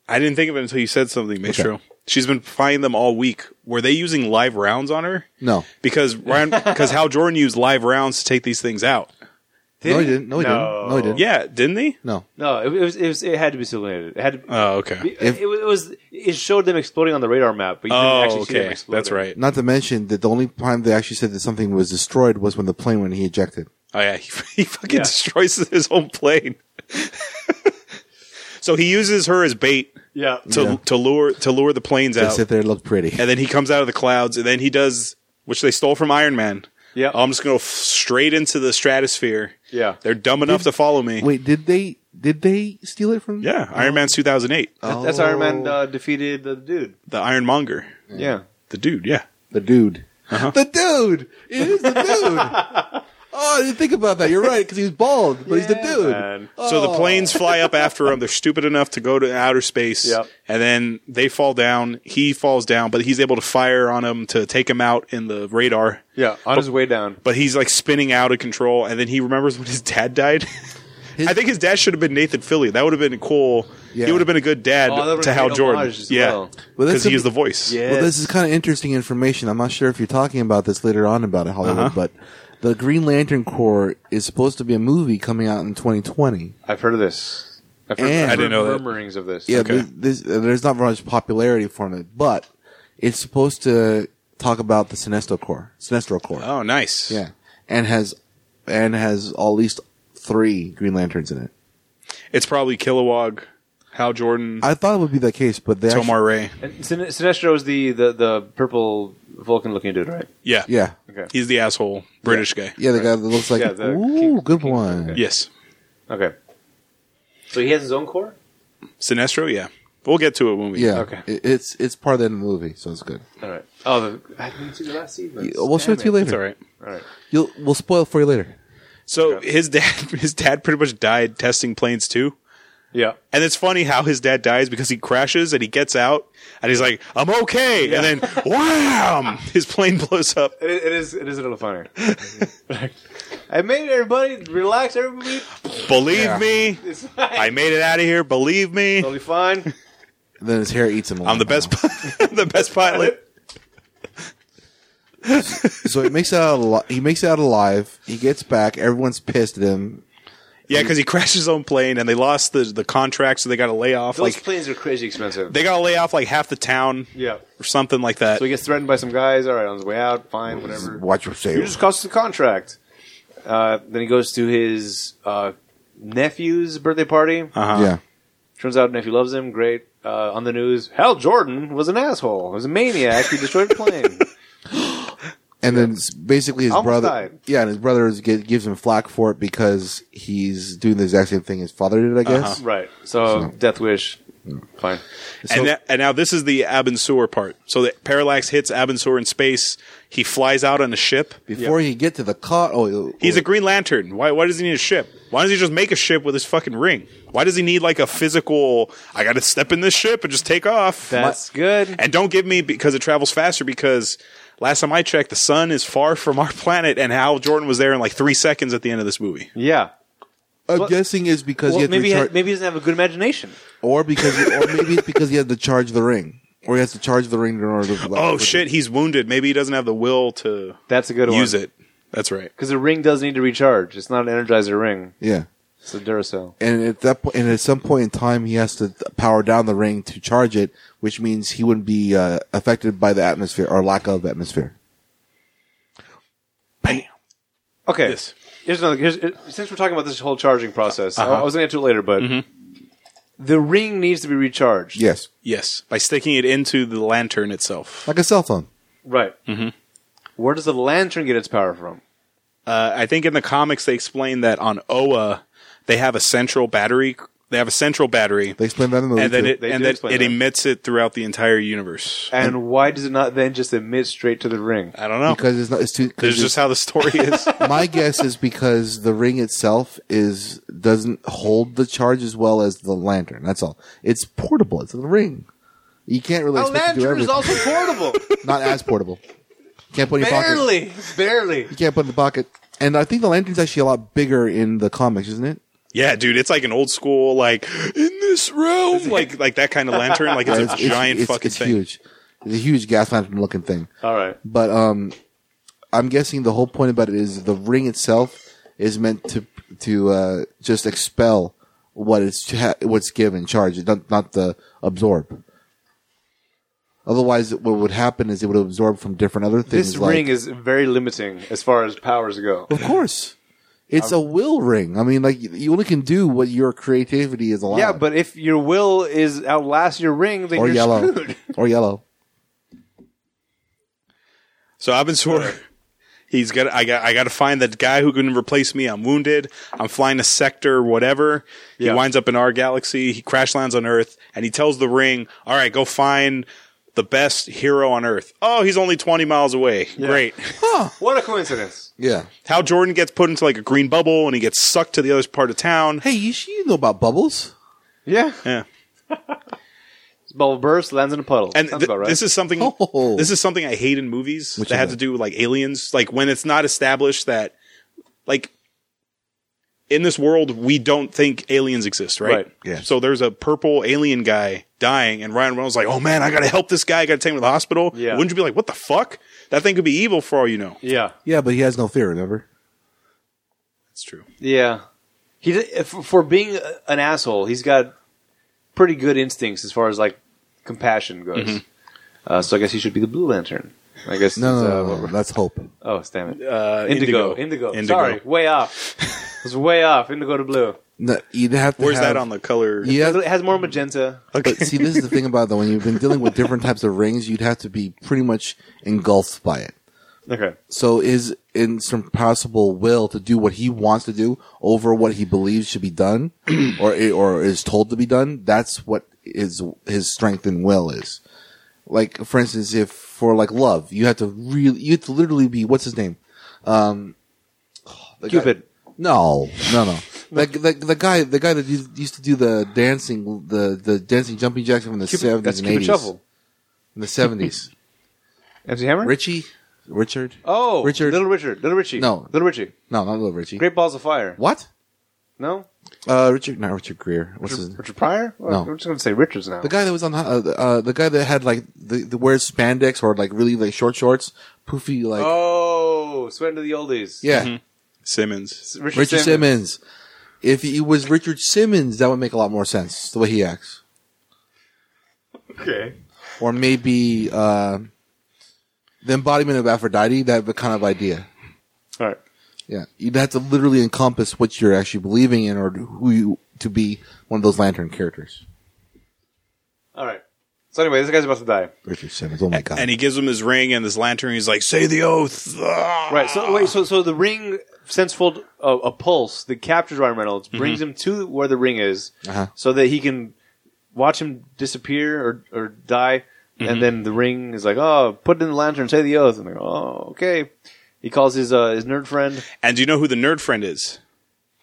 S1: I didn't think of it until you said something, Maestro. She's been fighting them all week. Were they using live rounds on her?
S2: No.
S1: Because Ryan, because Hal Jordan used live rounds to take these things out.
S2: no, he didn't. No, he didn't. No, he didn't.
S1: Yeah, didn't he?
S2: No.
S3: No, it, was, it was it had to be simulated. It had to. Be,
S1: Oh, okay.
S2: If-
S3: it, was, it was it showed them exploding on the radar map, but you didn't
S1: Oh,
S3: actually see them
S1: okay.
S3: exploding.
S1: That's right.
S2: Not to mention that the only time they actually said that something was destroyed was when the plane when he ejected.
S1: Oh yeah, he, he fucking
S3: Yeah.
S1: destroys his own plane. so he uses her as bait
S3: Yeah.
S1: to to lure to lure the planes
S2: They
S1: out,
S2: sit there and look pretty.
S1: and then he comes out of the clouds, and then he does which they stole from Iron Man.
S3: Yeah.
S1: I'm just gonna go f- straight into the stratosphere.
S3: Yeah.
S1: they're dumb enough to follow me.
S2: Wait, did they did they steal it from?
S1: Yeah, Iron Man's 2008.
S3: That's Iron Man uh, defeated the dude.
S1: the Ironmonger,
S3: Yeah.
S1: the dude. Yeah,
S2: The dude.
S1: Uh-huh.
S2: The dude. It is the dude. oh, I didn't think about that. You're right because he's bald, but he's the
S3: Yeah,
S2: dude.
S3: man.
S1: So the planes fly up after him. They're stupid enough to go to outer space,
S3: Yep.
S1: and then they fall down. He falls down, but he's able to fire on him to take him out in the radar.
S3: Yeah. On his way down.
S1: But he's like spinning out of control, and then he remembers when his dad died. I think his dad should have been Nathan Philly. That would have been cool.
S2: Yeah.
S1: He would have been a good dad
S3: Oh, that would have
S1: to
S3: been
S1: Hal
S3: great
S1: Jordan.
S3: homage as
S1: yeah,
S3: well.
S2: Well, that's
S1: because he
S2: a-
S1: is the voice.
S3: Yeah.
S2: Well, this is kind of interesting information. I'm not sure if you're talking about this later on about it, Hollywood, but the Green Lantern Corps is supposed to be a movie coming out in 2020.
S3: I've heard of this. I've heard,
S2: And- I
S3: I've
S1: didn't
S3: heard
S1: know that.
S3: murmurings of this.
S2: Yeah,
S1: Okay.
S2: th- this, uh, there's not much popularity for it, but it's supposed to talk about the Sinestro Corps. Sinestro Corps.
S1: Oh, nice.
S2: Yeah, and has and has at least three Green Lanterns in it.
S1: It's probably Kilowog, Hal Jordan,
S2: I thought it would be the case, but they actually-
S1: Tomar Ray.
S3: And Sin- Sinestro is the, the, the purple Vulcan looking dude, right?
S1: Yeah,
S2: yeah,
S3: Okay.
S1: He's the asshole British guy.
S2: yeah, the guy that looks like
S3: Yeah, the
S2: ooh,
S3: King-
S2: good one.
S1: Yes.
S3: Okay. So he has his own core?
S1: Sinestro, yeah. We'll get to it when we
S2: Yeah,
S3: Okay.
S2: It- it's it's part of the movie, so it's good.
S3: All right. Oh, the, I didn't see the last season.
S2: We'll show it to you
S1: It's
S2: later.
S1: all right.
S3: All right.
S2: You'll we'll spoil it for you later.
S1: So
S3: Okay.
S1: his dad his dad pretty much died testing planes too.
S3: Yeah.
S1: And it's funny how his dad dies because he crashes and he gets out and he's like, I'm okay. And then wham his plane blows up.
S3: It, it is. It is a little funny. I made it, everybody. Relax, everybody.
S1: Believe
S2: Yeah.
S1: me,
S3: It's
S1: I made it out of here. Believe me,
S3: It'll be fine.
S2: And then his hair eats him.
S1: I'm the
S2: alive.
S1: best. pi- the best pilot.
S2: So he makes it out. Al- he makes it out alive. He gets back. Everyone's pissed at him.
S1: Yeah, because he crashed his own plane and they lost the the contract, so they got to lay off.
S3: Those
S1: Like
S3: planes are crazy expensive.
S1: they got to lay off like half the town
S3: yeah.
S1: or something like that.
S3: So he gets threatened by some guys. All right, on his way out, fine, whatever.
S2: Watch your
S3: You
S2: say.
S3: just cost the contract. Uh, then he goes to his uh, nephew's birthday party.
S1: Uh-huh.
S2: Yeah.
S3: Turns out nephew loves him. Great. Uh, on the news, Hal Jordan was an asshole. He was a maniac. He destroyed a plane.
S2: And then s- basically his
S3: Almost
S2: brother,
S3: died.
S2: yeah, and his brother is- gi- gives him flack for it because he's doing the exact same thing his father did, I
S1: Uh-huh.
S2: guess.
S3: right. So, Death Wish. Fine.
S1: and, that, and now this is the Abensur part. So the Parallax hits Abensur in space. He flies out on a ship.
S2: Before he get to the car, oh,
S1: He's a Green Lantern. Why, why does he need a ship? Why doesn't he just make a ship with his fucking ring? Why does he need like a physical, I got to step in this ship and just take off?
S3: That's good.
S1: and don't give me because it travels faster because last time I checked, the sun is far from our planet and Hal Jordan was there in like three seconds at the end of this movie.
S3: Yeah.
S2: oh, I'm
S3: well-
S2: guessing is because he
S3: Well,
S2: had to
S3: maybe, he ha-
S2: recharge,
S3: maybe he doesn't have a good imagination.
S2: or because, he- or maybe it's because he had to charge the ring, or he has to charge the ring in order to.
S1: Oh shit, he's wounded. Maybe he doesn't have the will to
S3: That's a good one.
S1: use it. That's right.
S3: Because the ring does need to recharge. It's not an Energizer ring.
S2: Yeah,
S3: It's a Duracell.
S2: and at that point, and at some point in time, he has to th- power down the ring to charge it, which means he wouldn't be uh, affected by the atmosphere or lack of atmosphere.
S3: Okay.
S1: Yes.
S3: Here's another. Here's, uh, since we're talking about this whole charging process, I, I was going to get to it later, but Mm-hmm. the ring needs to be recharged.
S2: Yes,
S1: Yes. By sticking it into the lantern itself.
S2: like a cell phone.
S3: Right. Mm-hmm. Where does the lantern get its power from?
S1: Uh, I think in the comics they explain that on Oa they have a central battery. They have a central battery,
S2: They explained that in the movie
S1: and then
S2: too.
S1: it
S3: They
S1: and
S3: do
S1: then
S3: explain
S1: it
S3: that.
S1: emits it throughout the entire universe.
S3: And, why does it not then just emit straight to the ring?
S2: Uh,
S1: I don't know.
S2: because it's not. It's too. 'cause
S1: oh. There's
S2: it's-
S1: just how the story is.
S2: My guess is because the ring itself is doesn't hold the charge as well as the lantern. That's all. It's portable. It's a ring. You can't really
S3: A
S2: expect to do
S3: lantern is
S2: everything.
S3: also portable.
S2: Not as portable. Can't put in your pocket.
S3: barely. Barely.
S2: You can't put in the pocket. And I think the lantern's actually a lot bigger in the comics, isn't it?
S1: yeah, dude, it's like an old school, like in this realm, like like that kind of lantern. Like it's a giant
S2: it's,
S1: fucking
S2: it's
S1: thing.
S2: huge. It's a huge gas lantern looking thing.
S3: All right.
S2: But um, I'm guessing the whole point about it is the ring itself is meant to to uh, just expel what it's ha- what's given charge, not not the absorb. Otherwise, what would happen is it would absorb from different other things.
S3: This
S2: like-
S3: ring is very limiting as far as powers go.
S2: of course, it's a will ring. I mean, like you- you only can do what your creativity is allowed.
S3: Yeah, but if your will is outlast your ring, then
S2: or
S3: you're
S2: yellow,
S3: screwed.
S2: or yellow.
S1: So Abensur, he's got. I got. I got to find that guy who can replace me. I'm wounded. I'm flying a sector, whatever. He
S3: Yeah.
S1: winds up in our galaxy. He crash lands on Earth, and he tells the ring, "All right, go find the best hero on Earth." Oh, he's only 20 miles away. Great.
S3: What a coincidence.
S2: Yeah.
S1: How Jordan gets put into like a green bubble, and he gets sucked to the other part of town.
S2: Hey, you, sh- you know about bubbles?
S3: Yeah.
S1: Yeah.
S3: Bubble bursts, lands in a puddle.
S1: And
S3: Sounds
S1: th-
S3: about right.
S1: this is something
S2: Oh.
S1: this is something I hate in movies
S2: Which
S1: that
S2: is
S1: have
S2: that?
S1: to do with like aliens. Like when it's not established that like in this world we don't think aliens exist, right?
S3: Right.
S2: Yeah.
S1: So there's a purple alien guy dying, and Ryan Reynolds is like, oh man, I gotta help this guy, I gotta take him to the hospital.
S3: Yeah.
S1: Wouldn't you be like, what the fuck? That thing could be evil for all you know.
S3: yeah.
S2: Yeah, but he has no fear. Remember?
S1: That's true.
S3: Yeah. He did, for, for being a- an asshole, he's got pretty good instincts as far as like compassion goes.
S1: Mm-hmm.
S3: Uh, so I guess he should be the Blue Lantern. I
S2: No,
S3: guess. it's,
S2: no, no,
S3: uh, what
S2: no, no,
S3: we're-
S2: that's hope.
S3: Oh, damn it.
S1: Uh,
S3: Indigo.
S1: Indigo.
S3: Indigo.
S1: Indigo.
S3: Sorry, way off. it was way off. Indigo to blue.
S2: No, you'd have to
S1: Where's
S2: have-
S1: that on the color?
S2: You have,
S3: It has more magenta.
S2: But see, this is the thing about though when you've been dealing with different types of rings, you'd have to be pretty much engulfed by it.
S3: Okay.
S2: So his impossible will to do what he wants to do over what he believes should be done, or or is told to be done. That's what his his strength and will is. Like for instance, if for like love, you have to really, you have to literally be what's his name, um, the guy-
S3: Cupid.
S2: no, no, no. The, the, the guy the guy that used used to do the dancing the, the dancing jumping jacks from the
S3: Cupid.
S2: seventies and
S3: That's Cupid
S2: eighties.
S3: Shuffle.
S2: In the seventies.
S3: MC Hammer.
S2: Richie? Richard?
S3: Oh,
S2: Richard.
S3: Little Richard. Little Richie.
S2: No.
S3: Little Richie.
S2: No, not little Richie.
S3: Great Balls of Fire.
S2: What?
S3: No?
S2: Uh, Richard, not Richard Greer. What's his?
S3: Richard, Richard Pryor? Well,
S2: No.
S3: We're just going to say Richards now.
S2: The guy that was on uh, uh, the guy that had like the, the wears spandex or like really like short shorts, poofy like
S3: oh, sweating to the oldies.
S2: yeah.
S1: Simmons.
S3: Richard,
S2: Richard
S3: Simmons.
S2: Simmons. If he was Richard Simmons, that would make a lot more sense the way he acts.
S3: Okay.
S2: Or maybe uh, the embodiment of Aphrodite, that kind of idea.
S3: All right.
S2: Yeah, you'd have to literally encompass what you're actually believing in, or who you to be one of those lantern characters.
S3: All right. So anyway, this guy's about to die.
S2: Richard Simmons. Oh my god.
S1: And he gives him his ring and his lantern. He's like, "Say the oath."
S3: Right. So wait. So so the ring sends full uh, a pulse that captures Ryan Reynolds, brings him to where the ring is,
S2: Uh-huh.
S3: so that he can watch him disappear or or die. And then the ring is like, oh, put it in the lantern, say the oath. And they're like, oh, okay. He calls his uh, his nerd friend.
S1: And do you know who the nerd friend is?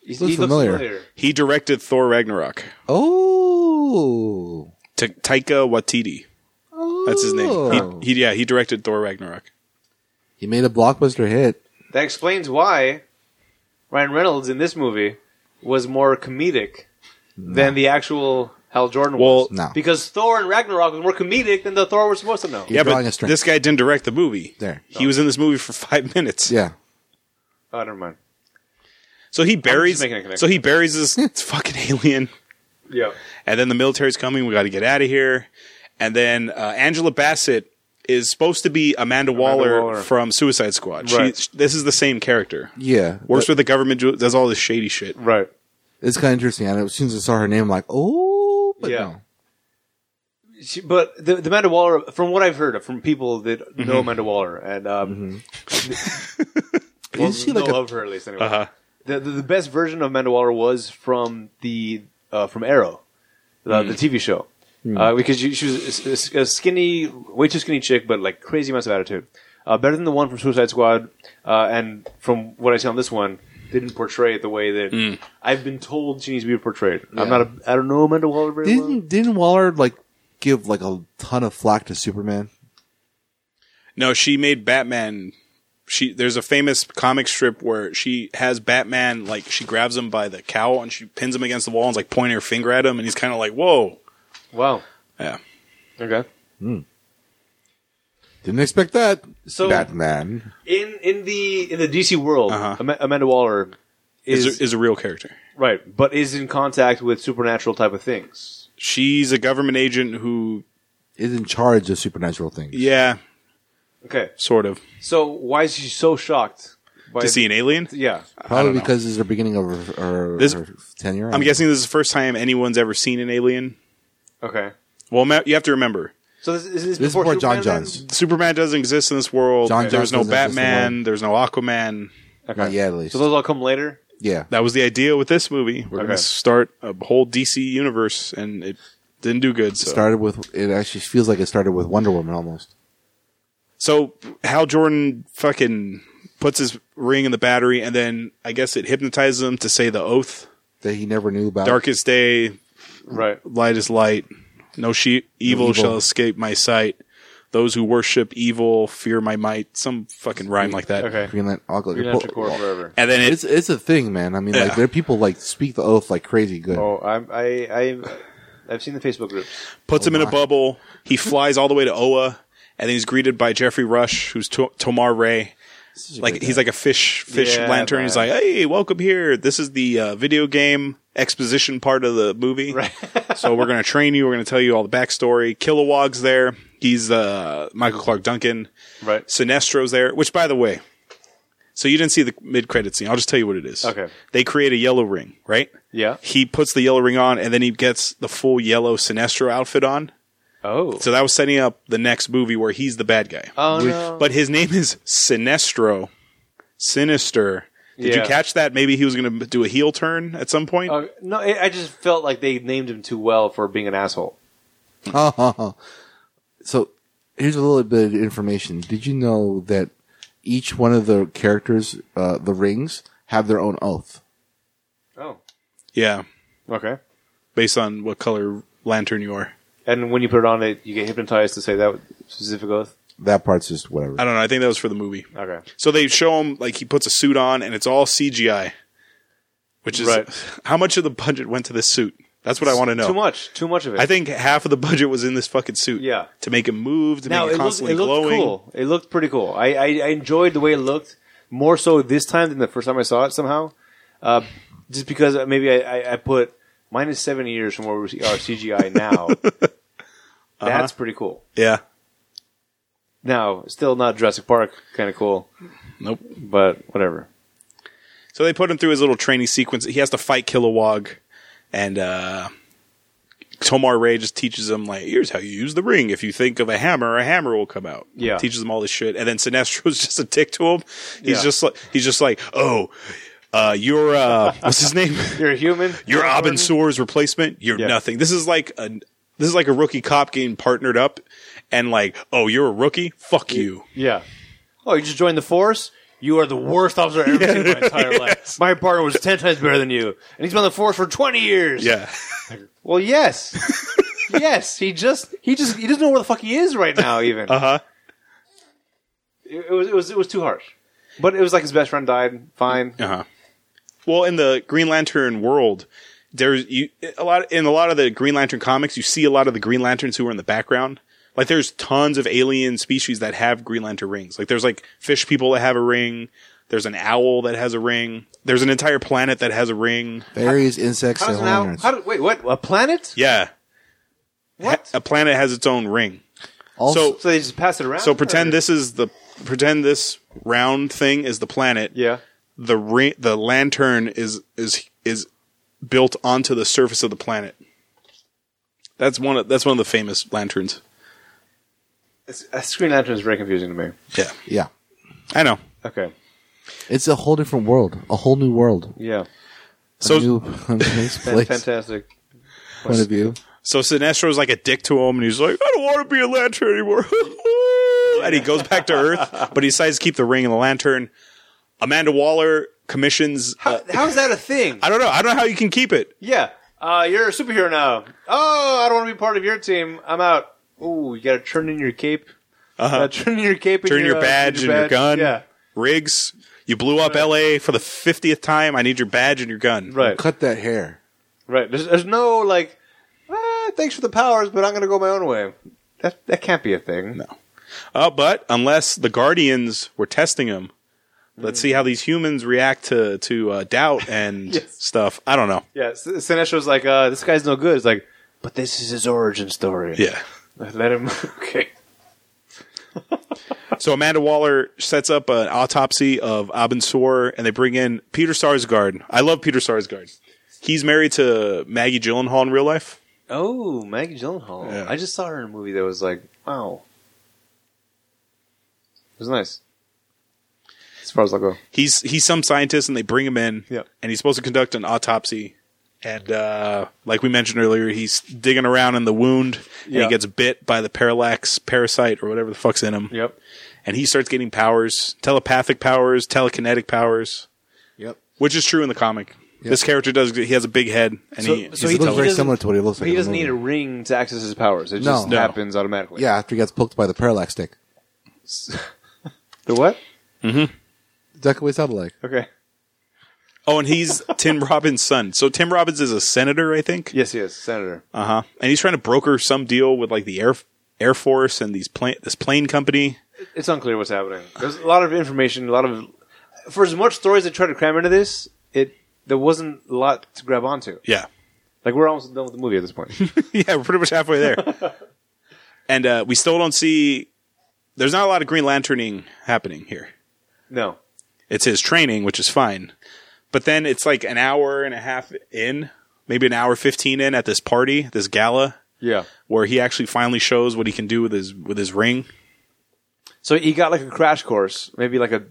S3: He's,
S2: Looks
S3: he
S2: familiar.
S3: looks familiar.
S1: He directed Thor Ragnarok.
S2: oh.
S1: Ta- Taika Waititi. That's his
S2: Oh.
S1: name. He, he yeah, he directed Thor Ragnarok.
S2: He made a blockbuster hit.
S3: That explains why Ryan Reynolds in this movie was more comedic than the actual Hal Jordan
S1: Well-
S3: was.
S2: No.
S3: Because Thor and Ragnarok was more comedic than the Thor we're supposed to know.
S2: You're
S1: yeah,
S2: drawing a
S1: but
S2: string.
S1: this guy didn't direct the movie.
S2: There.
S1: He was in this movie for five minutes.
S2: Yeah.
S3: Oh, never mind.
S1: So he buries.
S3: making a connection.
S1: So he buries this fucking alien,
S3: Yeah.
S1: and then the military's coming. We got to get out of here. And then uh, Angela Bassett is supposed to be Amanda, Waller,
S3: Waller.
S1: from Suicide Squad.
S3: Right.
S1: She, this is the same character.
S2: Yeah.
S1: Works for the government. ju- Does all this shady shit.
S3: Right.
S2: It's kind of interesting. And as soon as I saw her name, I'm like, oh, but
S3: Yeah.
S2: no.
S3: She, but the, the Amanda Waller, from what I've heard from people that know Amanda Waller, and um, well,
S2: Is she
S3: know
S2: like a-
S3: of her at least anyway. The, the the best version of Amanda Waller was from the uh, from Arrow, the, the TV show, uh, because she, she was a s- a, skinny, way too skinny chick, but like crazy amounts of attitude. Uh, better than the one from Suicide Squad, uh, and from what I see on this one, didn't portray it the way that I've been told she needs to be portrayed. I'm not a, I don't know Amanda Waller very well.
S2: Didn't didn't Waller like give like a ton of flack to Superman?
S1: No, she made Batman. She there's a famous comic strip where she has Batman like she grabs him by the cowl and she pins him against the wall and's like pointing her finger at him and he's kind of like whoa
S3: Wow.
S1: yeah
S3: Okay.
S2: Didn't expect that.
S3: So-
S2: Batman.
S3: in in the in the DC world,
S1: Uh-huh.
S3: Ama- Amanda Waller is,
S1: is a, is a real character.
S3: right, but is in contact with supernatural type of things.
S1: She's a government agent who
S2: Is in charge of supernatural things.
S1: yeah
S3: Okay,
S1: sort of
S3: so why is she so shocked by
S1: to see an alien.
S3: Yeah,
S2: Probably
S1: know.
S2: because this is the beginning of her, her,
S1: This-
S2: her tenure.
S1: I'm guessing this is the first time anyone's ever seen an alien.
S3: okay.
S1: Well, Matt, you have to remember
S3: So this, is this
S2: This is
S3: before
S2: before John
S3: Superman
S2: Johns.
S1: Superman doesn't exist in this world.
S2: John
S1: there's
S2: Johnson
S1: no
S2: doesn't exist in the
S1: Batman. There's no Aquaman.
S3: then?
S2: Not
S3: Okay.
S2: yet, at least.
S3: So those all come later.
S2: yeah.
S1: that was the idea with this movie. We're going
S3: Okay.
S1: to start a whole DC universe, and it didn't do good. So,
S2: started with it actually feels like it started with Wonder Woman almost.
S1: so Hal Jordan fucking puts his ring in the battery, and then I guess it hypnotizes him to say the oath:
S2: That he never knew about.
S1: "Darkest day,
S3: Right.
S1: lightest light. No she- evil,
S2: evil.
S1: shall escape my sight. Those who worship evil fear my might." Some fucking rhyme like that.
S3: Okay.
S2: Greenland I'll go-
S3: Green Lantern Corps forever.
S1: And then
S2: It's
S1: it,
S2: it's a thing, man. I mean,
S1: Yeah.
S2: like there are people like speak the oath like crazy good.
S3: Oh, I'm, I I I've seen the Facebook groups.
S1: puts him in a
S2: my.
S1: bubble. He flies all the way to Oa, and then he's greeted by Jeffrey Rush, who's to- Tomar Ray. like he's like a fish fish
S3: Yeah,
S1: lantern. He's
S3: man.
S1: like, hey, welcome here. This is the uh, video game exposition part of the movie. Right. so we're gonna train you. We're gonna tell you all the backstory. Kilowog's there. He's uh, Michael Clark Duncan.
S3: Right.
S1: Sinestro's there. Which, by the way, so you didn't see the mid credit scene. I'll just tell you what it is.
S3: Okay.
S1: They create a yellow ring, right?
S3: Yeah.
S1: He puts the yellow ring on, and then he gets the full yellow Sinestro outfit on.
S3: Oh.
S1: So that was setting up the next movie where he's the bad guy.
S3: oh no.
S1: But his name is Sinestro. Sinister. Did
S3: Yeah.
S1: you catch that? Maybe he was going to do a heel turn at some point.
S3: Uh, no, I I just felt like they named him too well for being an asshole.
S1: Oh.
S2: So here's a little bit of information. Did you know that each one of the characters, uh, the rings, have their own oath?
S3: Oh.
S1: yeah,
S3: Okay.
S1: based on what color lantern you are.
S3: And when you put it on, it you get hypnotized to say that specific oath.
S2: That part's just whatever.
S1: I don't know. I think that was for the movie.
S3: Okay.
S1: So they show him like he puts a suit on and it's all CGI. which is
S3: Right.
S1: how much of the budget went to this suit? That's what I want to know.
S3: Too much. Too much of it.
S1: I think half of the budget was in this fucking suit.
S3: Yeah.
S1: To make it move, to make
S3: now
S1: it
S3: it looked,
S1: constantly
S3: it looked
S1: glowing.
S3: cool. It looked pretty cool. I, I, I enjoyed the way it looked more so this time than the first time I saw it somehow. Uh, just because uh, maybe I, I, I put minus seven years from where we are CGI now.
S1: Uh-huh.
S3: That's pretty cool.
S1: Yeah.
S3: Now, still not Jurassic Park, kind of cool,
S1: Nope.
S3: but whatever.
S1: So they put him through his little training sequence. He has to fight Kilowog, and uh, Tomar Ray just teaches him like, "Here's how you use the ring. If you think of a hammer, a hammer will come out."
S3: Yeah.
S1: teaches him all this shit, and then Sinestro's just a dick to him. He's
S3: Yeah.
S1: just like, he's just like, "Oh, uh, you're uh, what's his name?
S3: You're a human.
S1: You're
S3: Gordon?
S1: Abin Soar's replacement. You're
S3: Yeah.
S1: nothing. This is like a this is like a rookie cop getting partnered up, and like, oh, you're a rookie. Fuck you.
S3: Yeah. Oh, you just joined the force? You are the worst officer I've ever seen in my entire life. My partner was 10 times better than you, and he's been on the force for 20 years.
S1: Yeah,
S3: Well, yes. yes, he just he just he doesn't know where the fuck he is right now even.
S1: huh?
S3: It, it was it was it was too harsh. But it was like his best friend died, fine.
S1: Uh huh. Well, in the Green Lantern world, there's you a lot in a lot of the Green Lantern comics. You see a lot of the Green Lanterns who are in the background. Like there's tons of alien species that have Green Lantern rings. Like there's like fish people that have a ring. There's an owl that has a ring. There's an entire planet that has a ring.
S2: Fairies, insects,
S3: How's
S2: and
S3: an owl,
S2: lanterns.
S3: how did, wait, what? A planet?
S1: Yeah,
S3: What?
S1: a planet has its own ring.
S2: Also,
S1: So
S3: so they just pass it around?
S1: so pretend
S3: Or-
S1: this is the pretend this round thing is the planet.
S3: Yeah.
S1: The ring the lantern is is is built onto the surface of the planet. That's one of that's one of the famous lanterns.
S3: It's- A screen lantern is very confusing to me.
S1: Yeah.
S2: yeah,
S1: I know.
S3: Okay.
S2: it's a whole different world, a whole new world.
S3: Yeah.
S1: So-
S2: a new place,
S3: That's
S2: place,
S3: fantastic.
S2: point of view.
S1: So Sinestro's like a dick to him and he's like, I don't want to be a lantern anymore. and he goes back to Earth, but he decides to keep the ring and the lantern. Amanda Waller commissions
S3: How, how is that a thing?
S1: I don't know. I don't know how you can keep it.
S3: Yeah. Uh, you're a superhero now. Oh, I don't want to be part of your team. I'm out. Ooh, you got to turn in your cape. Uh, turn in your cape. And
S1: Uh-huh. Turn your
S3: uh,
S1: badge and your gun.
S3: Yeah.
S1: Riggs, you blew up LA for the 50th time. I need your badge and your gun.
S3: Right.
S2: Cut that hair.
S3: Right. There's, there's no like. "Ah, thanks for the powers, but I'm gonna go my own way. That that can't be a thing. No.
S1: Uh, but unless the Guardians were testing him, let's see how these humans react to, to uh, doubt and
S3: Yes.
S1: stuff. I don't know.
S3: Yeah. S- Sinestro's like, uh, this guy's no good. It's like, but this is his origin story.
S1: Yeah.
S3: Let him. okay.
S1: So Amanda Waller sets up an autopsy of Abensor, and they bring in Peter Sarsgaard. I love Peter Sarsgaard. He's married to Maggie Gyllenhaal in real life.
S3: Oh, Maggie Gyllenhaal.
S1: Yeah.
S3: I just saw her in a movie that was like, wow. It was nice. As far as I'll go.
S1: he's he's some scientist and they bring him in
S3: Yeah.
S1: and he's supposed to conduct an autopsy and uh, like we mentioned earlier he's digging around in the wound and
S3: Yeah.
S1: he gets bit by the parallax parasite or whatever the fuck's in him
S3: Yep.
S1: and he starts getting powers telepathic powers telekinetic powers
S2: Yep.
S1: which is true in the comic this character does he has a big head and
S3: So-
S1: he, he's
S3: so he
S2: It looks
S1: intelligent.
S2: very
S3: doesn't-
S2: similar to what he looks like.
S3: But he
S2: in the
S3: doesn't need a
S2: movie.
S3: ring to access his powers. It
S2: No.
S3: just
S2: No.
S3: happens automatically.
S2: Yeah, after he gets poked by the parallax stick,
S3: The what?
S2: exactly what it sounded like.
S3: Okay.
S1: oh and he's tim robbins son so tim robbins is a senator i think
S3: Yes, yes, Senator.
S1: uh-huh and he's trying to broker some deal with like the air air force and these plane this plane company
S3: It's unclear what's happening. There's a lot of information, a lot of for as much stories they tried to cram into this, it there wasn't a lot to grab onto.
S1: yeah
S3: Like we're almost done with the movie at this point.
S1: yeah, we're pretty much halfway there. and uh, we still don't see. There's not a lot of Green Lanterning happening here.
S3: no.
S1: It's his training, which is fine. But then it's like an hour and a half in, maybe an hour fifteen in at this party, this gala,
S3: Yeah.
S1: where he actually finally shows what he can do with his with his ring.
S3: So he got like a crash course, maybe like a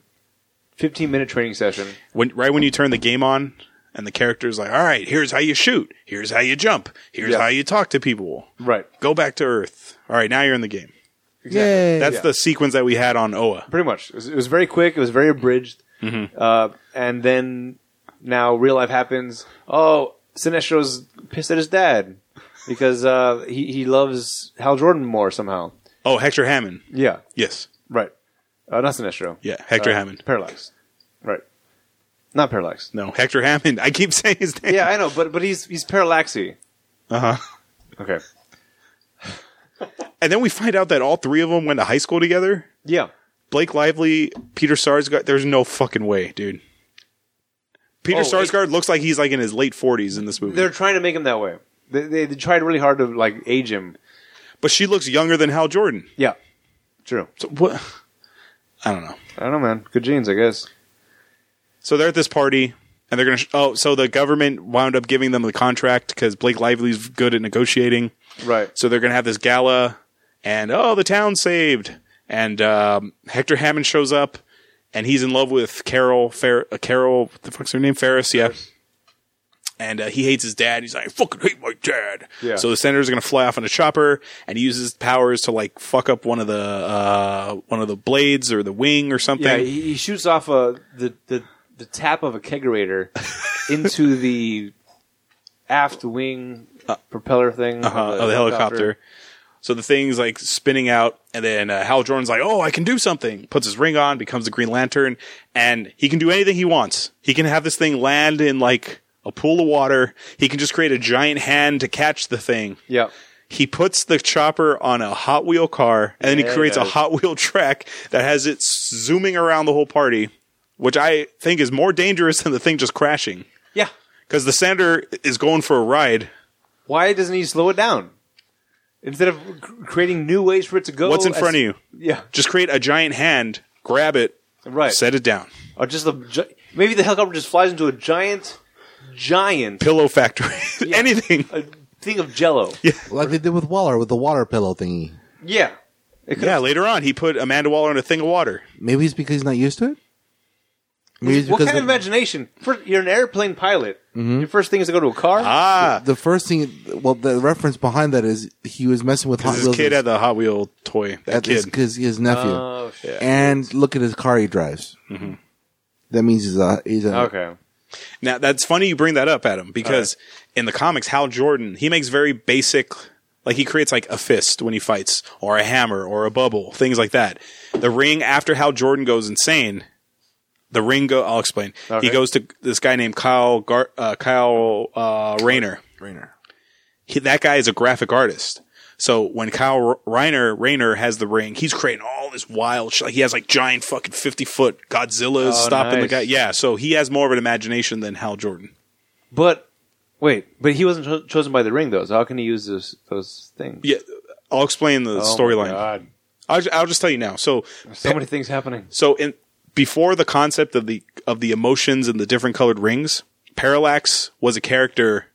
S3: 15 minute training session.
S1: When right when you turn the game on, and the character's like, "All right, here's how you shoot. Here's how you jump. Here's
S3: Yeah.
S1: how you talk to people.
S3: Right.
S1: Go back to Earth. All right, now you're in the game."
S2: Yay!
S1: That's
S3: Yeah.
S1: the sequence that we had on Oa.
S3: Pretty much. It was, it was very quick. It was very abridged. Uh, and then now real life happens. Oh, Sinestro's pissed at his dad because uh, he, he loves Hal Jordan more somehow.
S1: Oh, Hector Hammond.
S3: Yeah.
S1: Yes.
S3: Right. Uh, not Sinestro.
S1: Yeah, Hector
S3: Uh,
S1: Hammond.
S3: Parallax. Right. Not Parallax.
S1: No, Hector Hammond. I keep saying his name.
S3: Yeah, I know, but but he's he's Parallaxy.
S1: Uh-huh.
S3: Okay.
S1: And then we find out that all three of them went to high school together.
S3: Yeah.
S1: Blake Lively, Peter Sarsgaard. There's no fucking way, dude. Peter
S3: Oh,
S1: Sarsgaard looks like he's like in his late 40s in this movie.
S3: They're trying to make him that way. They, they, they tried really hard to like age him.
S1: but she looks younger than Hal Jordan.
S3: Yeah. True.
S1: So what? I don't know.
S3: I don't know, man. Good genes, I guess.
S1: So they're at this party, and they're gonna. Sh- oh, so the government wound up giving them the contract because Blake Lively's good at negotiating.
S3: Right.
S1: So they're gonna have this gala, and oh, the town saved. And um, Hector Hammond shows up, and he's in love with Carol. Fer- uh, Carol, what the fuck's her name? Ferris, yeah. And uh, he hates his dad. He's like, I fucking hate my dad.
S3: Yeah.
S1: So the senator's gonna fly off on a chopper, and he uses his powers to like fuck up one of the uh, one of the blades or the wing or something.
S3: Yeah, he, he shoots off a, the, the the tap of a kegerator into the aft wing propeller thing
S1: uh, of the helicopter. So the thing's like spinning out, and then uh, Hal Jordan's like, "Oh, I can do something." Puts his ring on, becomes the Green Lantern, and he can do anything he wants. He can have this thing land in like a pool of water. He can just create a giant hand to catch the thing.
S3: Yeah.
S1: He puts the chopper on a Hot Wheel car, and then
S3: Yeah,
S1: he
S3: he
S1: creates a
S3: does.
S1: Hot Wheel track that has it zooming around the whole party, which I think is more dangerous than the thing just crashing
S3: Yeah.
S1: because the Sander is going for a ride.
S3: Why doesn't he slow it down? Instead of cr- creating new ways for it to go.
S1: What's in front of you?
S3: Yeah.
S1: just create a giant hand, grab it,
S3: Right.
S1: set it down.
S3: Or just a gi- maybe the helicopter just flies into a giant, giant
S1: Pillow factory, anything.
S3: a thing of Jello.
S2: Like they did with Waller with the water pillow thingy.
S3: Yeah. It could-
S1: Yeah, later on, he put Amanda Waller in a thing of water.
S2: Maybe it's because he's not used to it. Maybe it's
S3: What
S2: because
S3: kind of
S2: the,
S3: imagination? First, you're an airplane pilot. Your first thing is to go to a car.
S1: Mm-hmm. Ah,
S2: the first thing, well, the reference behind that is he was messing with Hot
S1: this
S2: Wheels
S1: kid had the Hot Wheel toy. That
S2: at his,
S1: kid.
S2: his, his nephew.
S3: Oh, shit.
S2: And look at his car he drives.
S1: Mm-hmm.
S2: That means he's a he's a
S3: okay.
S1: Now that's funny you bring that up, Adam, because in the comics, Hal Jordan he makes very basic, like he creates like a fist when he fights, or a hammer, or a bubble, things like that. The ring after Hal Jordan goes insane, the ring go. I'll explain. He
S3: Okay.
S1: goes to this guy named Kyle Gar- uh, Kyle uh, Rayner.
S2: trainer.
S1: he, that guy is a graphic artist. So when Kyle R- Reiner Rayner has the ring, he's creating all this wild shit. Like he has like giant fucking fifty foot Godzillas stopping the
S3: Oh, nice.
S1: guy. Yeah, so he has more of an imagination than Hal Jordan.
S3: But wait, but he wasn't cho- chosen by the ring though. So how can he use those those things?
S1: Yeah, I'll explain the
S3: Oh my
S1: storyline.
S3: God.
S1: I'll, ju- I'll just tell you now. So
S3: So many things happening.
S1: so in before the concept of the of the emotions and the different colored rings, Parallax was a character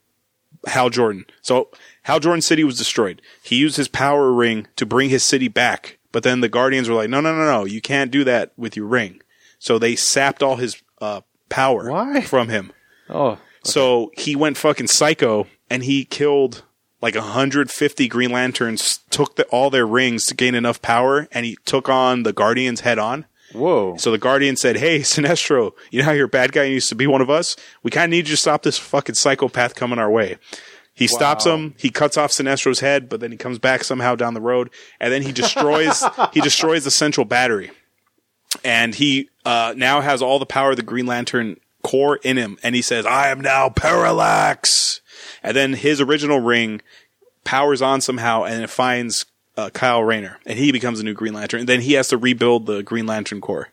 S1: Hal Jordan. So Hal Jordan's city was destroyed. He used his power ring to bring his city back, but then the Guardians were like, "No, no, no, no! You can't do that with your ring." So they sapped all his uh, power
S3: Why?
S1: from him.
S3: Oh,
S1: So he went fucking psycho and he killed like 150 Green Lanterns, took the, all their rings to gain enough power, and he took on the Guardians head on.
S3: whoa.
S1: So the Guardian said, Hey, Sinestro, you know how you're a bad guy and you used to be one of us? We kind of need you to stop this fucking psychopath coming our way. He stops him. He cuts off Sinestro's head, but then he comes back somehow down the road, and then he destroys he destroys the central battery, and he uh, now has all the power of the Green Lantern core in him, and he says, "I am now Parallax." And then his original ring powers on somehow, and it finds uh, Kyle Rayner, and he becomes a new Green Lantern. And then he has to rebuild the Green Lantern core.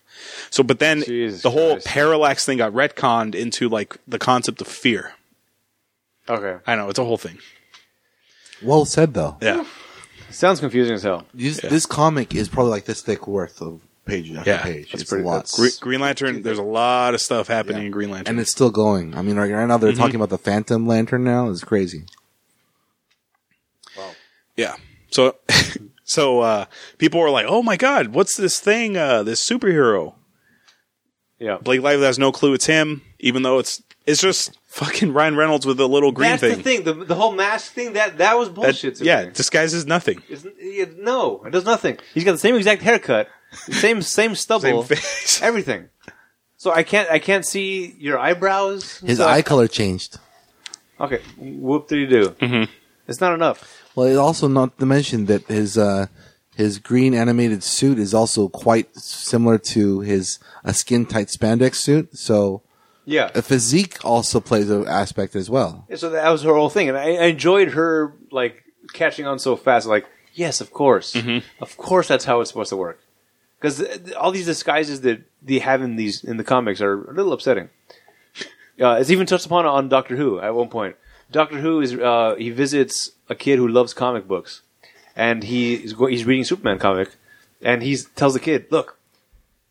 S1: So, but then
S3: Jesus
S1: the whole
S3: Christ.
S1: Parallax thing got retconned into like the concept of fear.
S3: Okay.
S1: I know it's a whole thing.
S2: Well said though.
S1: Yeah.
S3: Sounds confusing as hell.
S2: This, this comic is probably like this thick worth of page after
S1: Yeah,
S2: page.
S3: that's
S2: It's
S3: pretty-
S2: lots.
S1: Gre- Green Lantern. There's a lot of stuff happening in Green Lantern.
S2: and it's still going. I mean, right right now
S1: Mm-hmm.
S2: they're talking about the Phantom Lantern now. It's crazy.
S1: yeah. So, so uh, people were like, "Oh my God, what's this thing? Uh, this superhero?"
S3: Yeah.
S1: Blake Lively has no clue it's him, even though it's it's just fucking Ryan Reynolds with a little green
S3: That's
S1: thing.
S3: the thing. The, the whole mask thing that that was
S1: That-
S3: bullshit. to
S1: yeah,
S3: me.
S1: disguises nothing.
S3: Isn't- it- no, it does nothing. He's got the same exact haircut, the same same
S1: Same
S3: stubble,
S1: face.
S3: everything. So I can't I can't see your eyebrows.
S2: His
S3: So I-
S2: eye color changed.
S3: Okay. Whoop did he do? Mm-hmm. It's not enough.
S2: Well, it also not to mention that his uh, his green animated suit is also quite similar to his a skin tight spandex suit. So
S3: Yeah.
S2: A physique also plays an aspect as well.
S3: Yeah, So that was her whole thing, and I, I enjoyed her like catching on so fast. Like, yes, of course, of course, that's how it's supposed to work. Because all these disguises that they have in these in the comics are a little upsetting. Uh, it's even touched upon on Doctor Who at one point. Doctor Who is uh, he visits a kid who loves comic books, and he is go- he's reading Superman comic, and he tells the kid, "Look,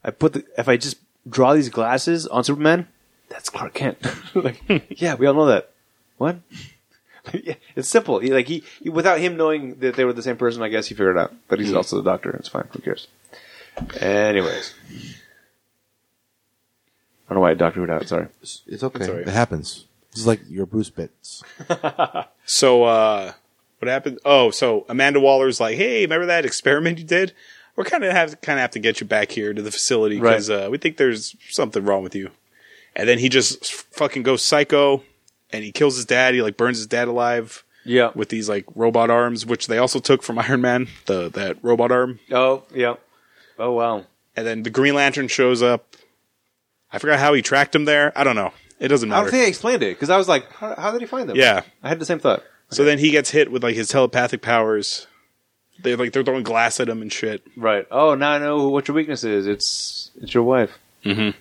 S3: I put the, if I just draw these glasses on Superman, that's Clark Kent." like, yeah, we all know that. What? yeah, it's simple. He, like he, he- without him knowing that they were the same person, I guess he figured it out. But he's also the doctor. It's fine. Who cares? Anyways, I don't know why I doctored it out. Sorry.
S2: It's okay.
S1: all right.
S2: It happens. It's like your Bruce bits.
S1: So uh what happened? Oh, so Amanda Waller's like, "Hey, remember that experiment you did? We're kind of have kind of have to get you back here to the facility because uh, we think there's something wrong with you." And then he just fucking goes psycho, and he kills his dad. He like burns his dad alive
S3: Yeah.
S1: with these like robot arms, which they also took from Iron Man, the that robot arm.
S3: oh yeah. Oh wow.
S1: And then the Green Lantern shows up. I forgot how he tracked him there. I don't know. It doesn't
S3: I
S1: matter.
S3: don't think I explained it because I was like, how, how did he find them?
S1: Yeah.
S3: I had the same thought.
S1: So then he gets hit with like his telepathic powers. They like they're throwing glass at him and shit.
S3: Right. Oh, now I know what your weakness is. It's it's your wife.
S1: And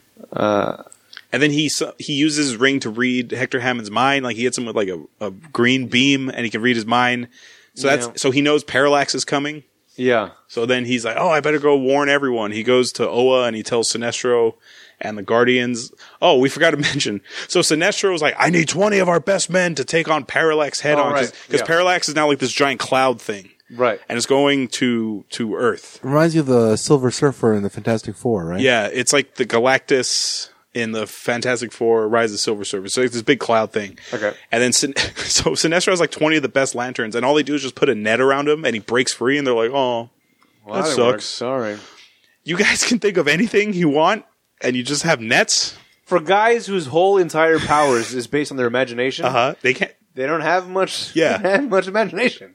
S1: then he s- he uses his ring to read Hector Hammond's mind. Like he hits him with like a, a green beam, and he can read his mind. So that's
S3: Yeah.
S1: so he knows Parallax is coming.
S3: Yeah.
S1: So then he's like, "Oh, I better go warn everyone." He goes to Oa and he tells Sinestro and the Guardians. Oh, we forgot to mention. So Sinestro's like, "I need twenty of our best men to take on Parallax head
S3: Oh,
S1: on because
S3: right. Yeah.
S1: Parallax is now like this giant cloud thing,
S3: Right.
S1: and it's going to to Earth."
S2: Reminds you of the Silver Surfer in the Fantastic Four, right?
S1: Yeah, it's like the Galactus in the Fantastic Four: Rise of the Silver Surfer. So it's this big cloud thing.
S3: Okay.
S1: And then Sin- so Sinestro has like twenty of the best lanterns, and all they do is just put a net around him, and he breaks free, and they're like, "Oh,
S3: Well,
S1: That
S3: didn't work.
S1: sucks.
S3: Sorry.
S1: you guys can think of anything you want, and you just have nets."
S3: For guys whose whole entire powers is based on their imagination,
S1: Uh huh. They can't.
S3: they don't have much.
S1: Yeah.
S3: they don't have much imagination.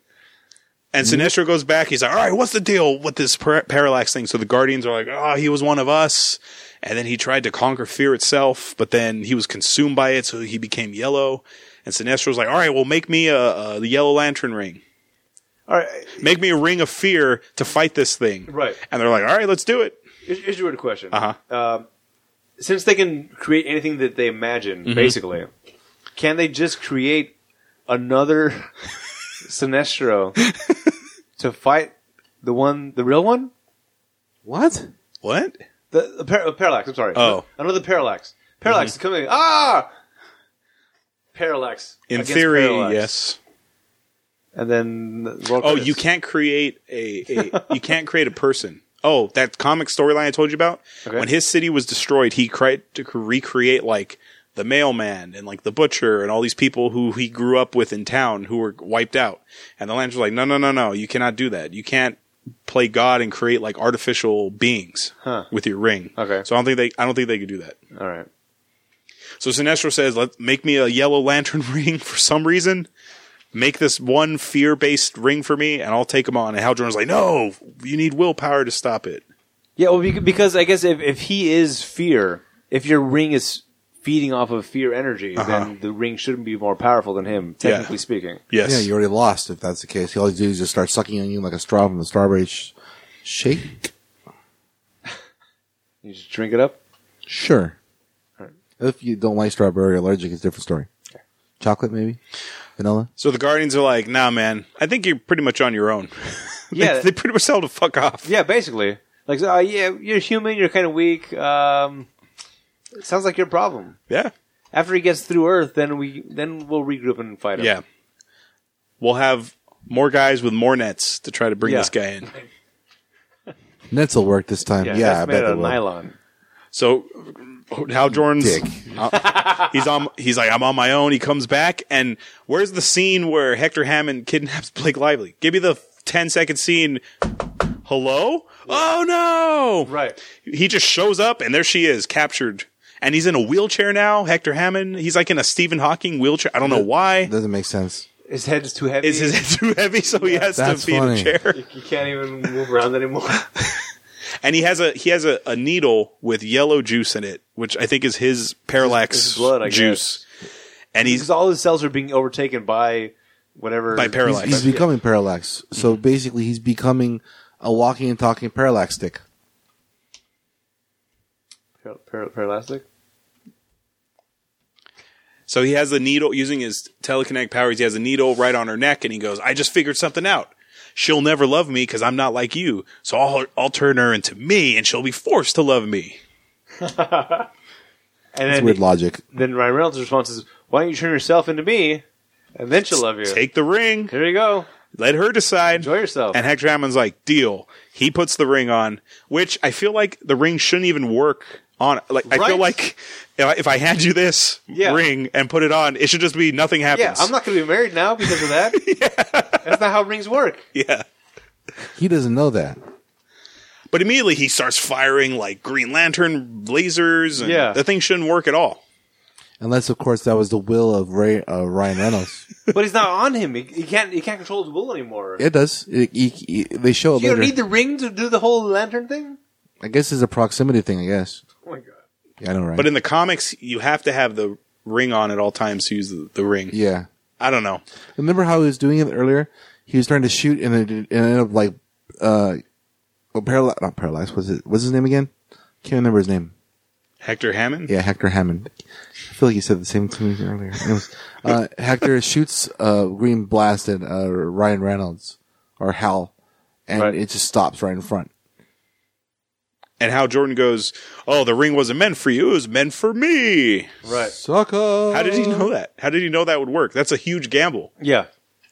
S1: And
S3: Mm-hmm.
S1: Sinestro goes back. He's like, "All right, what's the deal with this par- parallax thing?" So the Guardians are like, "Oh, he was one of us." And then he tried to conquer fear itself, but then he was consumed by it, so he became yellow. And Sinestro's like, "All right, well, make me a, a the Yellow Lantern ring.
S3: All right.
S1: Make me a ring of fear to fight this thing."
S3: Right.
S1: And they're like, "All right, let's do it."
S3: Here's, here's your question.
S1: Uh-huh.
S3: Um, since they can create anything that they imagine, basically, can they just create another Sinestro to fight the one, the real one?
S2: What?
S1: What?
S3: The, the par- uh, Parallax, I'm sorry.
S1: Oh.
S3: Another Parallax. Parallax is coming. Ah! Parallax.
S1: In
S3: against
S1: theory,
S3: Parallax.
S1: yes.
S3: And then. roll
S1: Oh,
S3: credits.
S1: you can't create a, a you can't create a person. Oh, that comic storyline I told you about.
S3: Okay.
S1: When his city was destroyed, he tried to c- recreate like the mailman and like the butcher and all these people who he grew up with in town who were wiped out. And the Lantern's like, no, no, no, no, you cannot do that. You can't play God and create like artificial beings
S3: Huh.
S1: with your ring.
S3: Okay.
S1: So I don't think they I don't think they could do that.
S3: All right.
S1: So Sinestro says, "Let make me a yellow lantern ring for some reason. Make this one fear-based ring for me, and I'll take him on." And Hal Jordan's like, "No, you need willpower to stop it."
S3: Yeah, well, bec- because I guess if, if he is fear, if your ring is feeding off of fear energy,
S2: Uh-huh.
S3: then the ring shouldn't be more powerful than him, technically speaking.
S1: Yes.
S2: Yeah, you already lost if that's the case. All you do is just start sucking on you like a straw from a strawberry sh- shake.
S3: You just drink it up.
S2: Sure. If you don't like strawberry or allergic, it's a different story. Chocolate, maybe? Vanilla?
S1: so the Guardians are like, "Nah, man. I think you're pretty much on your own."
S3: Yeah,
S1: they, they pretty much tell him to fuck off.
S3: yeah, basically. Like, so, uh, yeah, you're human. You're kind of weak. Um, it sounds like your problem.
S1: Yeah.
S3: After he gets through Earth, then we then we'll regroup and fight him.
S1: Yeah. We'll have more guys with more nets to try to bring
S3: Yeah.
S1: this guy in.
S2: Nets will work this time. Yeah,
S3: that's
S2: I
S3: made
S2: bet
S3: out
S2: they
S3: of
S2: will.
S3: nylon.
S1: So Hal Jordan's
S2: Dick.
S1: he's on he's like I'm on my own. He comes back and where's the scene where Hector Hammond kidnaps Blake Lively? Give me the 10 second scene. Hello? Oh no.
S3: Right.
S1: He just shows up and there she is, captured. And he's in a wheelchair now, Hector Hammond. He's like in a Stephen Hawking wheelchair. I don't know why.
S2: Doesn't make sense.
S3: His head is too heavy.
S1: Is his head too heavy so he has to
S2: That's
S1: be in a
S2: funny.
S1: chair?
S3: he can't even move around anymore.
S1: and he has a he has a, a needle with yellow juice in it, which I think is his parallax
S3: his blood, I
S1: juice. And he's
S3: because all his cells are being overtaken by whatever
S1: By
S2: He's,
S1: parallax.
S2: he's becoming parallax. So
S3: Mm-hmm.
S2: basically, he's becoming a walking and talking parallax stick.
S3: Par- par- paralastic.
S1: So he has the needle using his telekinetic powers. He has a needle right on her neck, and he goes, "I just figured something out. She'll never love me because I'm not like you. So I'll I'll turn her into me, and she'll be forced to love me."
S3: And
S2: It's
S3: then,
S2: weird logic.
S3: then Ryan Reynolds' response is, "Why don't you turn yourself into me, and then she'll love you."
S1: Take the ring.
S3: Here you go.
S1: Let her decide.
S3: Enjoy yourself.
S1: And Hector Hammond's like, "Deal." He puts the ring on, which I feel like the ring shouldn't even work on. Like I feel
S3: Right.
S1: like if I, if I hand you this
S3: Yeah.
S1: ring and put it on, it should just be nothing
S3: yeah,
S1: happens.
S3: I'm not going to be married now because of that. That's not how rings work.
S1: yeah.
S2: He doesn't know that.
S1: But immediately he starts firing like Green Lantern lasers, and
S3: Yeah.
S1: the thing shouldn't work at all.
S2: Unless, of course, that was the will of Ray, uh, Ryan Reynolds.
S3: But he's not on him. He, he can't. He can't control his will anymore.
S2: it does. It, he- he- they show it
S3: you
S2: later.
S3: don't need the ring to do the whole lantern thing.
S2: I guess it's a proximity thing. I guess.
S3: Oh my god.
S2: Yeah, I know, right?
S1: But in the comics, you have to have the ring on at all times to use the, the ring.
S2: yeah.
S1: I don't know.
S2: Remember how he was doing it earlier? He was trying to shoot and it, it ended up like, uh, well, paralyzed. Not paralyzed. Was it? What's his name again? Can't remember his name.
S1: Hector Hammond?
S2: Yeah, Hector Hammond. I feel like you said the same to me earlier. Anyways, uh, Hector shoots uh, green blast at uh, Ryan Reynolds or Hal, and
S3: Right.
S2: it just stops right in front.
S1: And how Jordan goes, Oh, the ring wasn't meant for you, it was meant for me.
S3: Right.
S2: Sucker.
S1: How did he
S3: Oh.
S1: know that? How did he know that would work? That's a huge gamble.
S3: Yeah.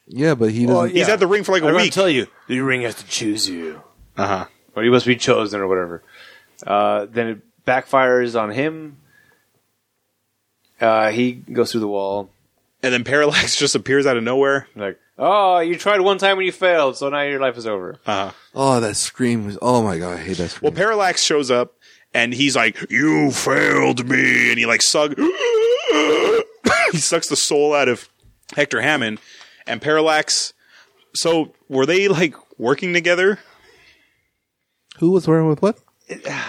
S2: Yeah, but he doesn't.
S3: Well,
S1: He's
S3: Yeah.
S1: had the ring for like a week.
S3: you, the ring has to choose you.
S1: uh huh.
S3: or he must be chosen or whatever. Uh, then it backfires on him. Uh, he goes through the wall.
S1: And then Parallax just appears out of nowhere.
S3: Like, oh, you tried one time and you failed, so now your life is over.
S1: Uh huh.
S2: Oh, that scream was. Oh my god, I hate that
S1: Well,
S2: scream.
S1: Parallax shows up and he's like, You failed me. And he like sug. he sucks the soul out of Hector Hammond and Parallax. So were they like working together?
S2: Who was wearing with what?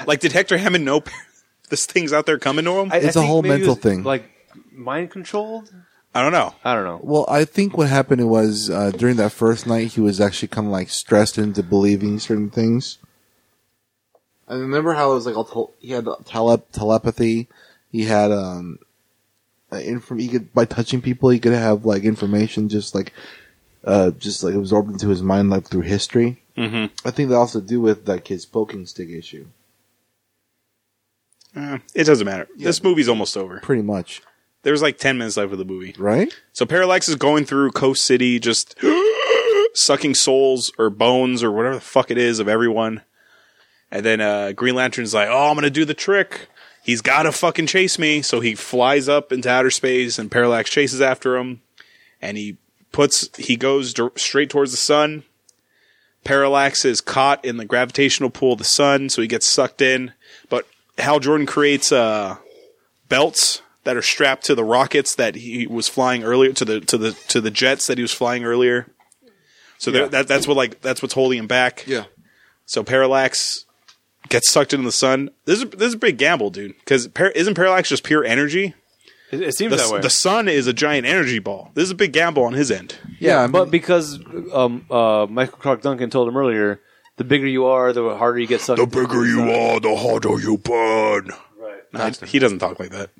S1: Like, did Hector Hammond know Par- this thing's out there coming to him? I,
S3: I- I
S2: It's a
S3: think
S2: whole
S3: maybe it
S2: mental
S3: was,
S2: thing.
S3: Like mind controlled.
S1: don't know.
S3: I don't know.
S2: Well, I think what happened was uh, during that first night, he was actually kind of like stressed into believing certain things. I remember how it was like all tel- he had tele- telepathy. He had um, uh, inform- he could by touching people, he could have like information just like uh, just like absorbed into his mind like through history.
S1: Mm-hmm.
S2: I think that also do with that kid's poking stick issue,
S1: Eh, it doesn't matter. This movie's almost over.
S2: pretty much,
S1: There's like 10 minutes left of the movie.
S2: right?
S1: So Parallax is going through Coast City, just sucking souls or bones or whatever the fuck it is of everyone. And then uh, Green Lantern's like, "Oh, I'm gonna do the trick. He's gotta fucking chase me." So he flies up into outer space, and Parallax chases after him. And he puts he goes dir- straight towards the sun. Parallax is caught in the gravitational pull of the sun, so he gets sucked in. But Hal Jordan creates uh, belts that are strapped to the rockets that he was flying earlier to the to the to the jets that he was flying earlier. So there- that that's what like that's what's holding him back.
S2: Yeah.
S1: So Parallax gets sucked into the sun. This is this is a big gamble, dude. Because par- isn't Parallax just pure energy?
S3: It, it seems
S1: The,
S3: that way.
S1: the sun is a giant energy ball. This is a big gamble on his end.
S2: Yeah, I
S3: but
S2: mean-
S3: because um, uh, Michael Clark Duncan told him earlier, the bigger you are, the harder you get sucked. into The
S1: are, the harder you burn.
S3: Right.
S1: Nah, he doesn't talk like that.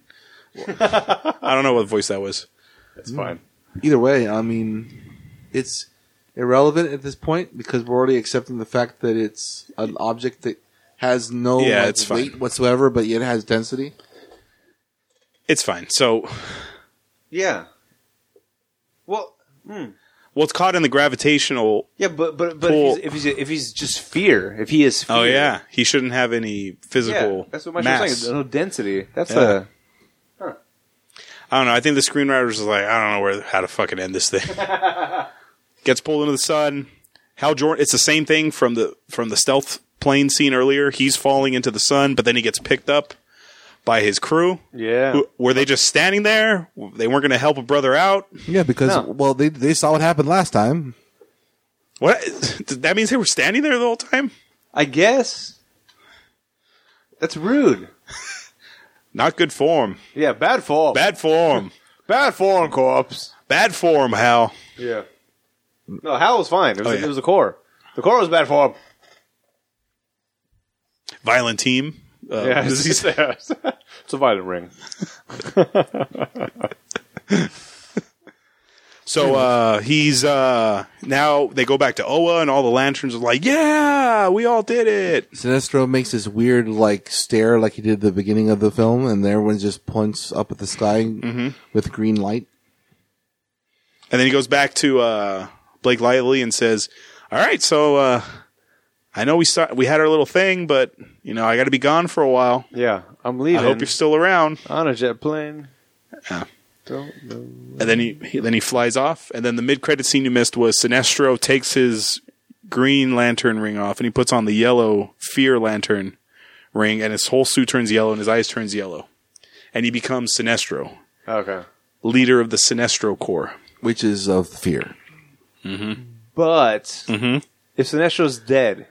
S1: I don't know what voice that was.
S3: That's fine.
S2: either way, I mean, it's irrelevant at this point because we're already accepting the fact that it's an object that has no
S1: Yeah,
S2: like,
S1: it's fine.
S2: weight whatsoever, but yet it has density.
S1: It's fine. So
S3: Yeah. Well,
S1: well, it's caught in the gravitational
S3: yeah, but but but
S1: Cool.
S3: if, he's, if he's if he's just fear, if he is fear,
S1: Oh yeah, he shouldn't have any physical
S3: Yeah, that's what my
S1: mass.
S3: was saying. No density. That's
S1: Yeah.
S3: a
S1: I don't know. I think the screenwriters was like, I don't know where how to fucking end this thing. Gets pulled into the sun. Hal Jordan. It's the same thing from the from the stealth plane scene earlier. He's falling into the sun, but then he gets picked up by his crew.
S3: yeah.
S1: Who- Were they just standing there? They weren't going to help a brother out.
S2: Yeah, because
S3: No.
S2: well, they they saw what happened last time.
S1: What? That means they were standing there the whole time.
S3: I guess That's rude.
S1: Not good form.
S3: Yeah, bad form.
S1: Bad form.
S3: bad form, corpse.
S1: Bad form, Hal.
S3: Yeah. No, Hal was fine. It was,
S1: Oh,
S3: it
S1: yeah.
S3: was the core. The core was bad form.
S1: Violent team. Uh,
S3: Yeah,
S1: does
S3: it's,
S1: he say-
S3: it's a violent ring.
S1: So uh, he's uh, now they go back to Oa and all the lanterns are like, yeah, we all did it.
S2: Sinestro makes this weird like stare like he did at the beginning of the film, and everyone just points up at the sky
S1: Mm-hmm.
S2: with green light.
S1: And then he goes back to uh, Blake Lively and says, "All right, so uh, I know we start, we had our little thing, but you know I got to be gone for a while.
S3: Yeah, I'm
S1: I
S3: leaving.
S1: hope you're still around."
S3: on a jet plane.
S1: Yeah.
S3: Don't know.
S1: And then he, he then he flies off. And then the mid credit scene you missed was Sinestro takes his green lantern ring off and he puts on the yellow fear lantern ring, and his whole suit turns yellow and his eyes turns yellow, and he becomes Sinestro,
S3: Okay.
S1: leader of the Sinestro Corps.
S2: which is of fear.
S3: But if Sinestro's dead,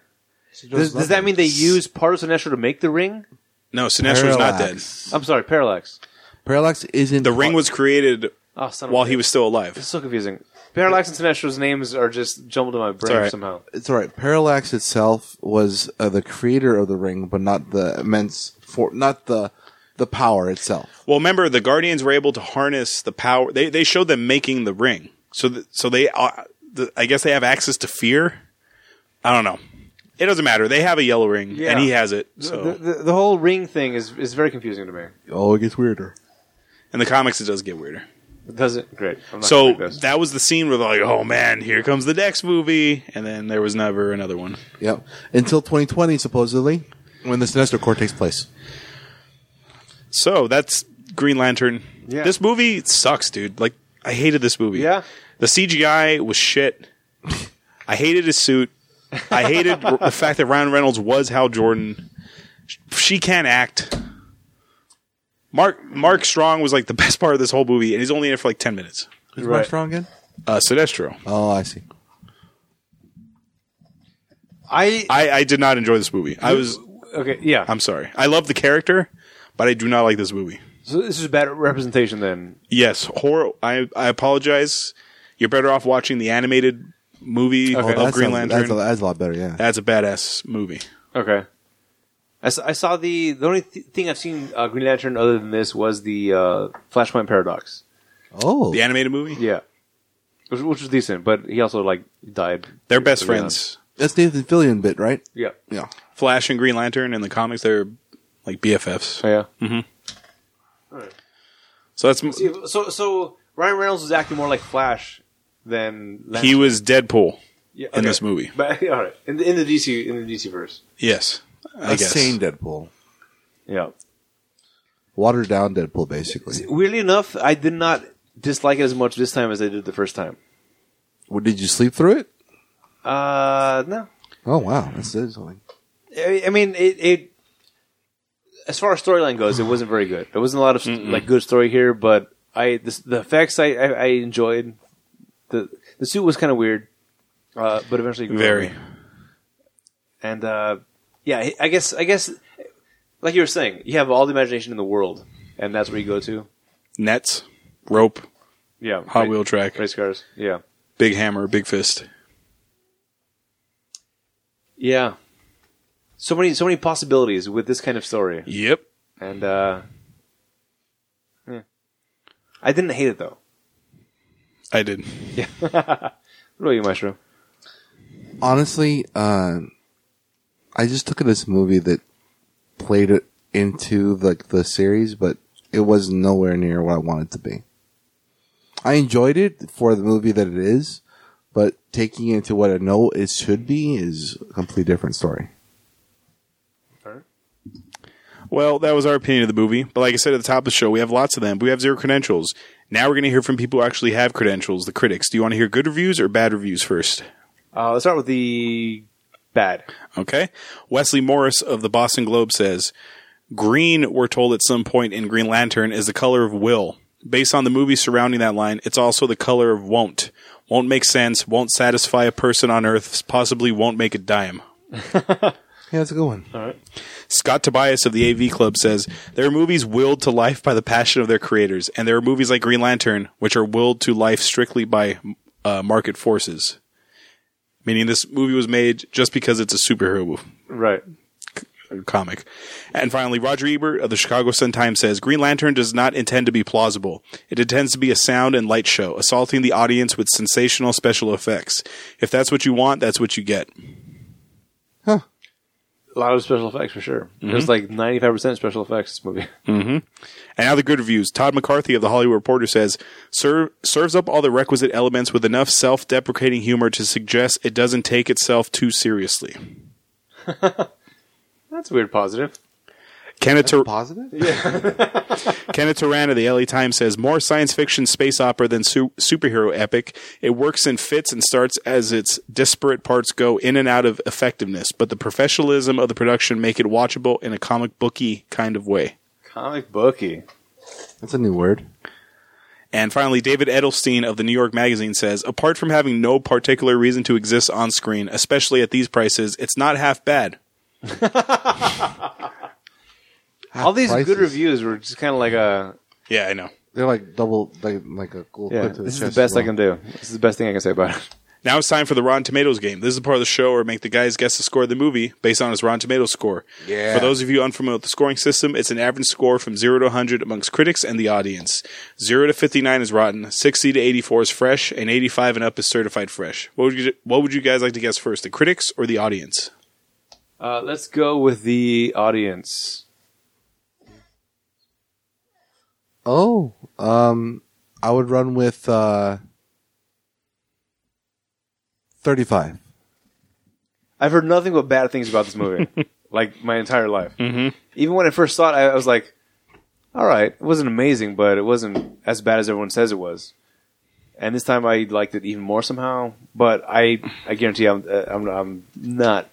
S3: does, does that mean they use part of Sinestro to make the ring?
S1: No, Sinestro's not dead.
S2: Parallax.
S3: I'm sorry, Parallax.
S2: Parallax isn't
S1: The ring was created
S3: Oh, son of
S1: while
S3: a
S1: he was still alive.
S3: It's so confusing. Parallax and Sinestro's names are just jumbled in my brain
S1: all right.
S3: somehow.
S2: It's all right. Parallax itself was uh, the creator of the ring, but not the immense for not the the power itself.
S1: Well, remember the Guardians were able to harness the power. They they showed them making the ring, so th- so they uh, the, I guess they have access to fear. I don't know. It doesn't matter. They have a yellow ring,
S3: Yeah.
S1: and he has it. So
S3: The, the, the whole ring thing is, is very confusing to me.
S2: Oh, it gets weirder.
S1: in the comics, it does get weirder.
S3: Does it? Great. I'm not
S1: So
S3: gonna read this.
S1: that was the scene where they're like, "Oh man, here comes the next movie," and then there was never another one.
S2: Yep. Until 2020, supposedly, when the Sinestro Corps takes place.
S1: So that's Green Lantern.
S3: Yeah.
S1: This movie sucks, dude. Like I hated this movie.
S3: Yeah.
S1: The CGI was shit. I hated his suit. I hated the fact that Ryan Reynolds was Hal Jordan. She can't act. Mark Mark Strong was like the best part of this whole movie, and he's only in it for like ten minutes.
S2: Who's
S3: Right.
S2: Mark Strong again?
S1: Uh, Sinestro.
S2: Oh, I see.
S3: I
S1: I, I did not enjoy this movie. I was.
S3: okay. Yeah.
S1: I'm sorry. I love the character, but I do not like this movie.
S3: so this is bad representation then.
S1: Yes, horror. I I apologize. You're better off watching the animated movie
S3: Okay.
S1: of
S2: That
S1: Green
S2: sounds-
S1: Lantern.
S2: That's a, that's a lot better. Yeah.
S1: That's a badass movie.
S3: Okay. I s- I saw, the the only th- thing I've seen uh, Green Lantern other than this was the uh, Flashpoint Paradox.
S2: Oh,
S1: The animated movie.
S3: Yeah, which, which was decent, but he also like died.
S1: They're best
S3: Yeah.
S1: friends.
S2: that's Nathan Fillion bit, right?
S3: Yeah,
S2: Yeah.
S1: Flash and Green Lantern in the comics, they're like BFFs.
S3: yeah.
S1: So that's m-
S3: So so Ryan Reynolds was acting more like Flash than Lantern.
S1: he was Deadpool.
S3: yeah,
S1: in this movie.
S3: But all right, in the, in the DC in the DC verse.
S1: Yes, I
S2: Like
S1: guess.
S2: sane Deadpool,
S3: Yeah.
S2: watered down Deadpool, basically.
S3: Weirdly enough, I did not dislike it as much this time as I did the first time.
S2: What, did you sleep through it?
S3: Uh, no.
S2: Oh wow, that says something.
S3: I, I mean, it, it. As far as storyline goes, it wasn't very good. There wasn't a lot of like good story here, but I this, the effects I, I, I enjoyed. the The suit was kind of weird, uh, but eventually grew on
S1: Very.
S3: me. And uh, yeah, I- I guess I guess like you were saying, you have all the imagination in the world, and that's where you go to.
S1: Nets, rope,
S3: Yeah,
S1: hot wheel track,
S3: race cars. Yeah,
S1: big hammer, big fist.
S3: yeah. So many so many possibilities with this kind of story.
S1: Yep.
S3: And uh yeah. I didn't hate it though.
S1: I did.
S3: What about you, Maestro?
S2: honestly, uh, I just took it as a movie that played it into like the series, but it was nowhere near what I wanted to be. I enjoyed it for the movie that it is, but taking it to what I know it should be is a completely different story.
S1: Well, that was our opinion of the movie. But like I said at the top of the show, we have lots of them. But we have zero credentials. Now we're going to hear from people who actually have credentials, the critics. Do you want to hear good reviews or bad reviews first?
S3: Uh let's start with the bad.
S1: Okay. Wesley Morris of the Boston Globe says Green, we're told at some point in Green Lantern, is the color of will. Based on the movie surrounding that line, it's also the color of won't. Won't make sense, won't satisfy a person on Earth, possibly won't make a dime.
S2: Yeah, that's a good one.
S3: Alright.
S1: Scott Tobias of the AV Club says there are movies willed to life by the passion of their creators, and there are movies like Green Lantern which are willed to life strictly by uh, market forces. Meaning, this movie was made just because it's a superhero mov-
S3: Right.
S1: comic. And finally, Roger Ebert of the Chicago Sun-Times says Green Lantern does not intend to be plausible. It intends to be a sound and light show, assaulting the audience with sensational special effects. If that's what you want, that's what you get.
S3: A lot of special effects for sure. There's like 95% special effects this movie.
S1: And now the good reviews. Todd McCarthy of the Hollywood Reporter says Serve, serves up all the requisite elements with enough self-deprecating humor to suggest it doesn't take itself too seriously.
S3: That's a weird positive.
S1: Kenneth, Tur-
S2: Positive?
S1: Kenneth Turan of the LA Times says more science fiction space opera than su- superhero epic. It works in fits and starts as its disparate parts go in and out of effectiveness, but the professionalism of the production make it watchable in a comic booky kind of way.
S3: Comic booky.
S2: That's a new word.
S1: And finally, David Edelstein of the New York Magazine says, apart from having no particular reason to exist on screen, especially at these prices, it's not half bad.
S3: All these
S2: prices.
S3: good reviews were just kind of like a.
S1: Yeah, I know.
S2: They're like double, like like a cool.
S3: Yeah,
S2: clip to
S3: this is the
S2: chest
S3: best
S2: as
S3: I
S2: well.
S3: can do. This is the best thing I can say about it.
S1: Now it's time for the Rotten Tomatoes game. This is the part of the show where I make the guys guess the score of the movie based on his Rotten Tomatoes score.
S2: Yeah.
S1: For those of you unfamiliar with the scoring system, it's an average score from 0 to 100 amongst critics and the audience. 0 to 59 is rotten, 60 to 84 is fresh, and 85 and up is certified fresh. What would you, what would you guys like to guess first, the critics or the audience?
S3: Uh, let's go with the audience.
S2: Oh, um, I would run with uh, thirty-five.
S3: I've heard nothing but bad things about this movie, like my entire life. Mm-hmm. Even when I first saw it, I, I was like, "All right, it wasn't amazing, but it wasn't as bad as everyone says it was." And this time, I liked it even more somehow. But I, I guarantee, I'm, uh, I'm, I'm not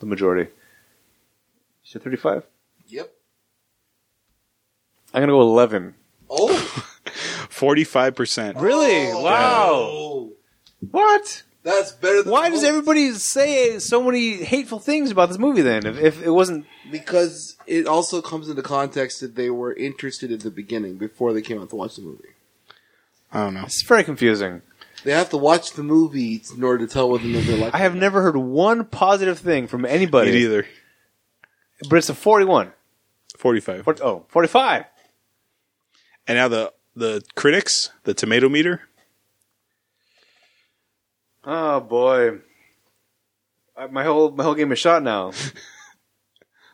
S3: the majority. You said thirty-five.
S2: Yep.
S3: I'm gonna go eleven.
S2: Oh,
S1: 45%.
S3: Really? Wow. What?
S2: oh. that's better. Than
S3: Why does everybody say so many hateful things about this movie? Then, if, if it wasn't
S2: Because it also comes into context that they were interested at the beginning before they came out to watch the movie.
S1: I don't know.
S3: It's very confusing.
S2: They have to watch the movie in order to tell whether they like.
S3: I have never heard one positive thing from anybody.
S1: Me neither.
S3: But it's a 41.
S1: 45.
S3: Fort- oh, 45.
S1: And now the, the critics, the tomato meter.
S3: Oh, boy. I, my whole my whole game is shot now.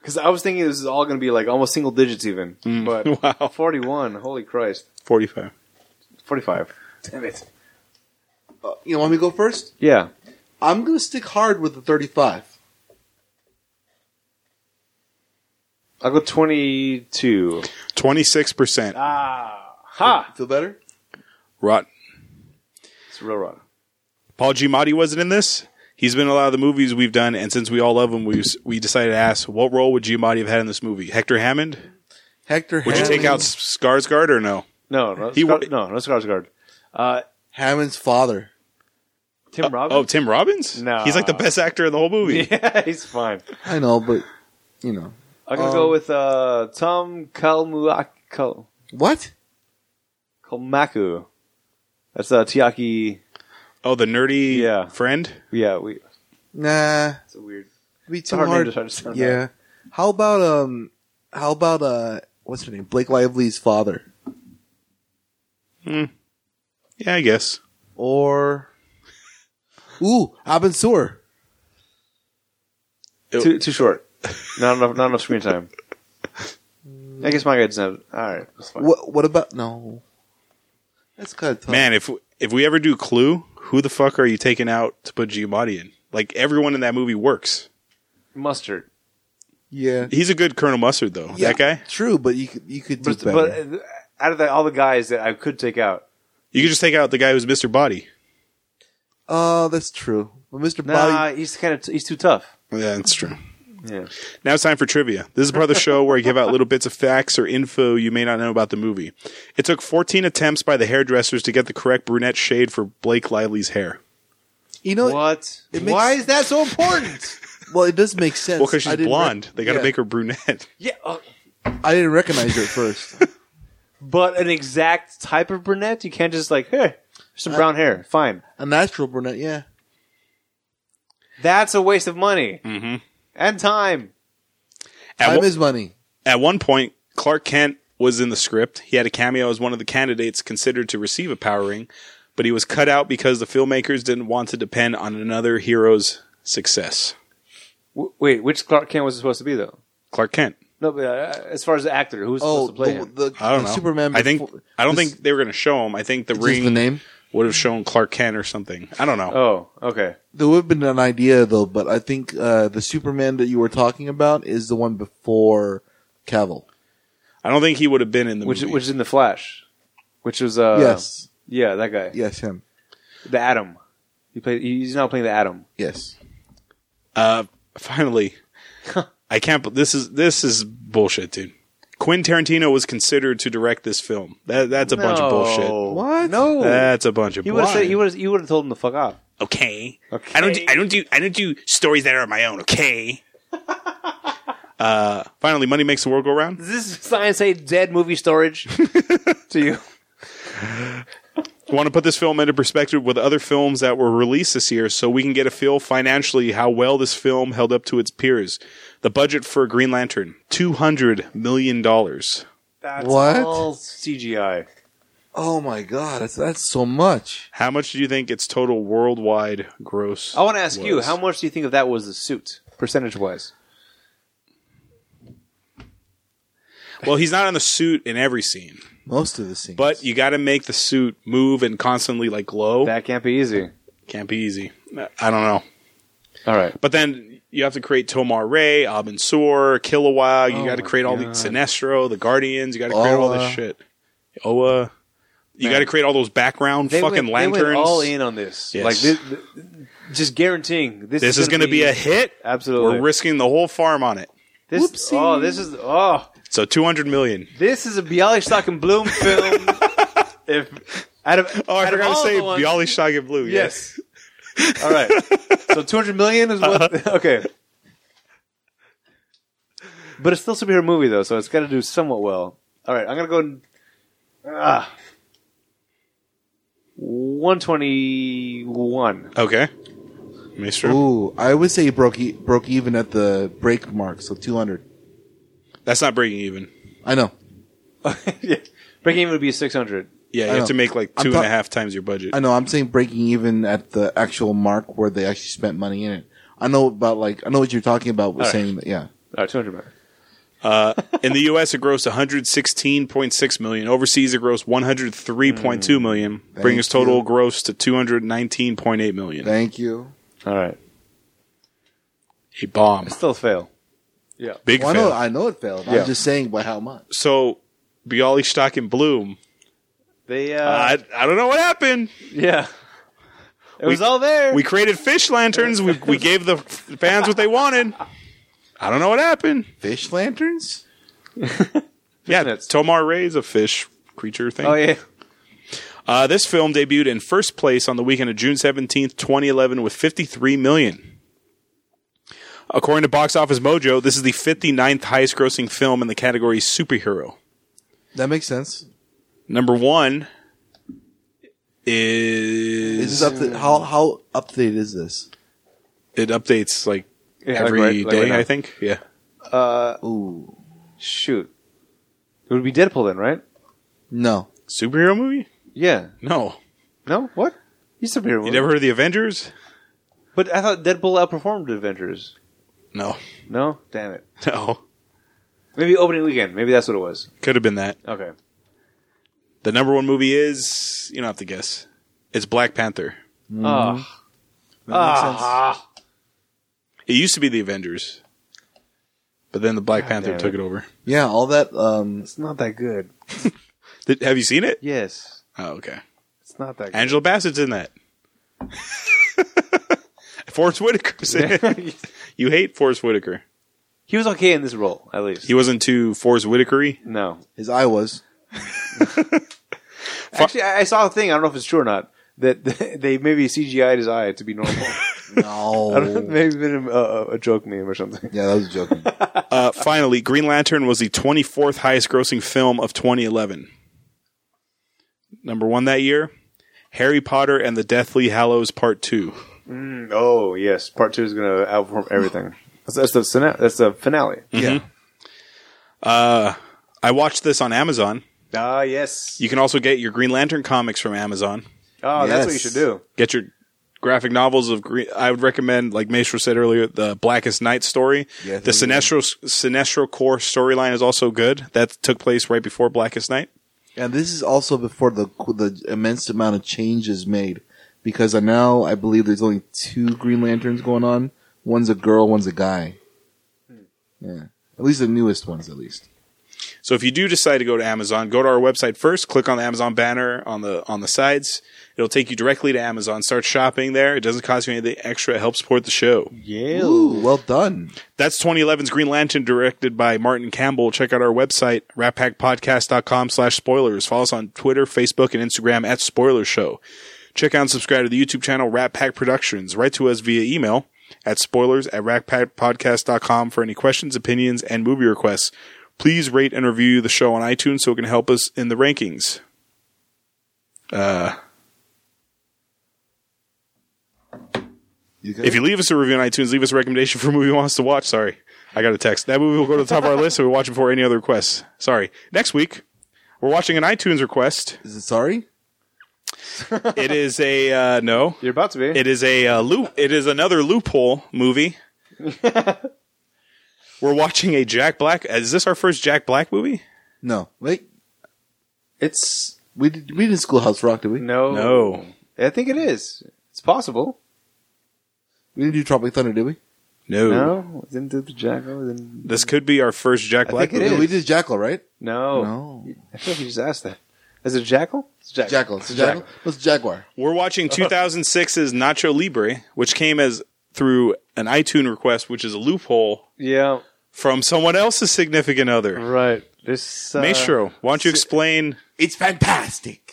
S3: Because I was thinking this is all going to be like almost single digits even. But
S1: Mm. Wow.
S3: 41. Holy Christ.
S1: 45.
S3: 45. Damn it.
S2: Uh, you know, want me to go first?
S3: Yeah.
S2: I'm going to stick hard with the 35.
S3: I'll go 22.
S1: 26%.
S3: Ah. Ha!
S2: Feel better?
S1: Rotten.
S3: It's real rotten.
S1: Paul Giamatti wasn't in this. He's been in a lot of the movies we've done, and since we all love him, we we decided to ask what role would Giamatti have had in this movie? Hector Hammond?
S2: Hector.
S1: Would you
S2: Hammond,
S1: take out S- Skarsgård or no?
S3: No, no,
S1: He
S3: he
S1: wa-
S3: no, no Skarsgård. Uh,
S2: Hammond's father?
S3: Tim
S1: Oh,
S3: Robbins?
S1: Tim Robbins?
S3: No.
S1: he's like the best actor in the whole movie.
S3: yeah, he's fine.
S2: I know, but you know
S3: I'm gonna
S1: Um,
S3: go with uh, Tom Kalmuak Kal-
S2: what?
S3: Kalmaku. That's uh, Tiaki.
S1: Oh, the nerdy
S3: Yeah.
S1: friend.
S3: Yeah, we.
S2: Nah,
S3: It's a weird.
S2: it'd be
S3: It's a
S2: too
S3: hard name
S2: hard.
S3: to try to sound
S2: yeah. How about um? How about uh? What's her name? Blake Lively's father,
S1: Yeah, I guess.
S2: or ooh, Abin Sur.
S1: It-
S3: Too too short. Not enough. Not enough screen time. I guess my guy doesn't. Have, all right, that's fine.
S2: What? What about no? That's kind of tough.
S1: Man, if if we ever do Clue, who the fuck are you taking out to put Giamatti in? Like everyone in that movie works.
S3: Mustard.
S2: Yeah,
S1: He's a good Colonel Mustard though.
S2: Yeah,
S1: That guy.
S2: True, but you could you could do
S3: But,
S2: better.
S3: but uh, out of the, all the guys that I could take out,
S1: You could just take out the guy who's Mr. Body.
S2: Oh, that's true. But Mr.
S3: nah,
S2: Body,
S3: he's kind of he's too tough.
S1: Yeah, that's true.
S3: Yeah.
S1: Now it's time for trivia. This is part of the show where I give out little bits of facts or info you may not know about the movie. It took 14 attempts by the hairdressers to get the correct brunette shade for Blake Lively's hair.
S2: you know,
S3: What?
S2: it makes-
S3: Why is that so important?
S2: Well, it does make sense.
S1: Well, because
S2: I
S1: she's
S2: didn't rec-
S1: blonde, they got to
S2: yeah,
S1: make her brunette.
S3: Yeah, uh,
S2: I didn't recognize her at first.
S3: but an exact type of brunette, you can't just like, Uh, hey, some brown hair, fine.
S2: A natural brunette, yeah.
S3: That's a waste of money
S2: Mm-hmm.
S3: and time.
S1: At,
S2: Time
S1: one-
S2: is money.
S1: at one point, Clark Kent was in the script. He had a cameo as one of the candidates considered to receive a power ring, but he was cut out because the filmmakers didn't want to depend on another hero's success.
S3: W- wait, which Clark Kent was it supposed to be though?
S1: Clark Kent.
S3: No, but uh, as far as the actor, who's
S2: Oh,
S3: supposed to play
S2: the,
S3: him?
S2: the,
S1: I don't
S2: the
S1: know.
S2: Superman.
S1: I think
S2: before-
S1: I don't
S2: this-
S1: think they were going to show him. I think the
S2: this is
S1: ring
S2: the name. Uh,
S1: would have shown Clark Kent or something. I don't know.
S3: oh, okay.
S2: There would have been an idea though, but I think uh, the Superman that you were talking about is the one before Cavill.
S1: I don't think he would have been in the
S3: Which
S1: movie.
S3: which is in the Flash, which was uh,
S2: yes,
S3: yeah, that guy,
S2: yes, him,
S3: the Atom. He played. He's now playing the Atom.
S2: yes.
S1: Uh, finally, I can't. be- This is this is bullshit, dude. Quentin Tarantino was considered to direct this film. That, that's a bunch of bullshit.
S3: What? No.
S1: That's a bunch of
S3: he would have
S1: bullshit.
S3: said. He would. You would have told him to fuck off.
S1: okay.
S3: Okay.
S1: I don't. Do, I don't do. I don't do stories that are my own. Okay. uh, finally, money makes the world go round.
S3: Does this sign say dead movie storage to you?
S1: want to put this film into perspective with other films that were released this year so we can get a feel financially how well this film held up to its peers. The budget for Green Lantern, $200 million.
S3: That's
S2: What?
S3: all CGI.
S2: Oh my god, that's that's so much.
S1: How much do you think its total worldwide gross?
S3: I want to ask you,
S1: was?
S3: how much do you think of that was the suit, percentage wise?
S1: Well, he's not in the suit in every scene,
S2: Most of the scenes,
S1: but you got to make the suit move and constantly like glow.
S3: That can't be easy.
S1: Can't be easy. I don't know.
S3: All right.
S1: But then you have to create Tomar Ray, Abin Sur, Kilowog. You
S3: Oh
S1: got to
S3: my
S1: create all the
S3: God.
S1: Sinestro, the Guardians. You got to create all this
S2: Oa.
S1: shit. Oa. You
S3: Man.
S1: got to create all those background
S3: They
S1: fucking
S3: went,
S1: lanterns.
S3: They went all in on this.
S1: Yes.
S3: Like this, just guaranteeing this.
S1: This is going to be a hit.
S3: absolutely.
S1: We're risking the whole farm on it.
S3: this, Oh, this is oh,
S1: So 200 million.
S3: this is a Bialystok and Bloom film. if out of
S1: Oh, I
S3: out
S1: forgot
S3: of
S1: to
S3: all
S1: say
S3: the ones-
S1: Bialystok and Blue. Yes.
S3: Yes. All right. So 200 million is
S1: Uh-huh.
S3: what. Okay. But it's still a superhero movie though, so it's got to do somewhat well. All right, I'm gonna go. and- Ah. 121.
S1: Okay. Maestro.
S2: ooh, I would say he broke e- broke even at the break mark, so two hundred.
S1: That's not breaking even.
S2: I know.
S3: yeah. Breaking even would be 600.
S1: Yeah, you
S2: I
S1: have
S2: know.
S1: to make like
S2: I'm
S1: two and a half
S2: ta-
S1: times your budget.
S2: I know. I'm saying breaking even at the actual mark where they actually spent money in it. I know about like I know what you're talking about with
S3: All right.
S2: saying that. Yeah.
S3: All right, 200 million.
S1: Uh, In the U.S., it grossed 116.6 million. Overseas, it grossed 103.2 million, bringing its
S2: Mm. Thank
S1: total
S2: you.
S1: gross to 219.8 million.
S2: Thank you.
S3: All right,
S1: A bomb,
S3: still a fail.
S1: big
S2: Well,
S1: fail.
S2: I know. I know it failed.
S3: Yeah.
S2: I'm just saying by how much.
S1: so, Bialystock and Bloom.
S3: They uh,
S1: I, I don't know what happened.
S3: yeah. It was all there.
S1: We created fish lanterns. We we gave the fans what they wanted. I don't know what happened.
S2: Fish lanterns.
S1: yeah,
S3: nets.
S1: Tomar Ray is a fish creature thing.
S3: oh yeah.
S1: Uh, this film debuted in first place on the weekend of June 17th, 2011, with 53 million. According to Box Office Mojo, this is the 59th highest grossing film in the category superhero.
S2: That makes sense.
S1: Number one is.
S2: Is this up to, how how up to date is this?
S1: it updates like
S3: Yeah, like
S1: every day,
S3: right- like right now.
S1: I think. Yeah.
S2: Ooh,
S3: Shoot. It would be Deadpool then, right?
S2: no.
S1: Superhero movie?
S3: Yeah.
S1: No.
S3: No. What? He's a superhero.
S1: You
S3: movie.
S1: never heard of The Avengers?
S3: But I thought Deadpool outperformed Avengers.
S1: No.
S3: No, damn it.
S1: No.
S3: Maybe opening weekend. Maybe that's what it was.
S1: Could have been that.
S3: Okay.
S1: The number one movie is. You don't have to guess. It's Black Panther.
S3: Ah,
S2: That makes sense.
S1: It used to be The Avengers, but then the Black Panther
S3: damn it.
S1: took it over.
S2: Yeah, all that. Um,
S3: it's not that good.
S1: Did, have you seen it?
S3: Yes,
S1: Oh, okay.
S3: it's not that
S1: Angela Bassett's in that. Forrest Whitaker's in it.
S3: good.
S1: You hate Forrest Whitaker.
S3: he was okay in this role, at least.
S1: He wasn't too Forrest Whitakery.
S3: no,
S2: as I was.
S3: actually, I I saw a thing. I don't know if it's true or not. That they maybe CGI'd his eye to be normal. I don't know,
S2: No.
S3: maybe been a, a, a joke meme or something.
S2: yeah, that was joking.
S1: Uh, finally, Green Lantern was the 24th highest grossing film of 2011. Number one that year, Harry Potter and the Deathly Hallows Part 2.
S3: Oh yes, part two is gonna outperform everything. That's, that's the sina- that's the finale.
S1: Yeah. Uh, I watched this on Amazon.
S3: Ah yes.
S1: You can also get your Green Lantern comics from Amazon.
S3: Oh, that's what you
S2: Yes.
S3: should do.
S1: Get your graphic novels of Green. I would recommend, like Maestro said earlier, the Blackest Night story.
S2: Yeah,
S1: the Sinestro Sinestro Core storyline is also good. That took place right before Blackest Night.
S2: And this is also before the the immense amount of changes made, because I now I believe there's only two Green Lanterns going on. One's a girl, one's a guy. Yeah, at least the newest ones, at least.
S1: So if you do decide to go to Amazon, go to our website first, click on the Amazon banner on the on the sides. It'll take you directly to Amazon. Start shopping there. It doesn't cost you anything extra. It helps support the show.
S3: Yeah.
S2: Ooh, well done.
S1: That's 2011's Green Lantern, directed by Martin Campbell. Check out our website, ratpackpodcast.com slash spoilers. Follow us on Twitter, Facebook, and Instagram at Spoiler Show. Check out and subscribe to the YouTube channel, Rat Pack Productions. Write to us via email at spoilers at ratpackpodcast.com for any questions, opinions, and movie requests. Please rate and review the show on iTunes so it can help us in the rankings. Uh,
S2: You good?
S1: If you leave us a review on iTunes, leave us a recommendation for a movie you want us to watch. Sorry, I got a text. That movie will go to the top of our list, so we watch it before any other requests. Sorry. Next week, we're watching an iTunes request.
S2: is it sorry?
S1: It is a uh, no.
S3: You're about to be.
S1: It is a uh, loop. It is another loophole movie. we're watching a Jack Black. Is this our first Jack Black movie?
S2: No, wait.
S3: it's
S2: We did, we did Schoolhouse Rock, did we?
S3: no.
S1: No.
S3: I think it is. It's possible.
S2: We didn't do Tropic Thunder, did we?
S1: No.
S3: No, didn't do the jackal. Didn't...
S1: This could be our first Jack
S3: I
S1: Black
S3: think it
S1: movie.
S2: Yeah, we did Jackal, right? Oh.
S3: No.
S2: No.
S3: I feel like you just asked that. Is it jackal? It's jackal.
S2: Jackal. It's a Jackal. What's Jaguar?
S1: We're watching 2006's Nacho Libre, which came as through an iTunes request, which is a loophole
S3: Yeah.
S1: from someone else's significant other.
S3: Right. This uh,
S1: Maestro, why don't you explain?
S2: It's fantastic.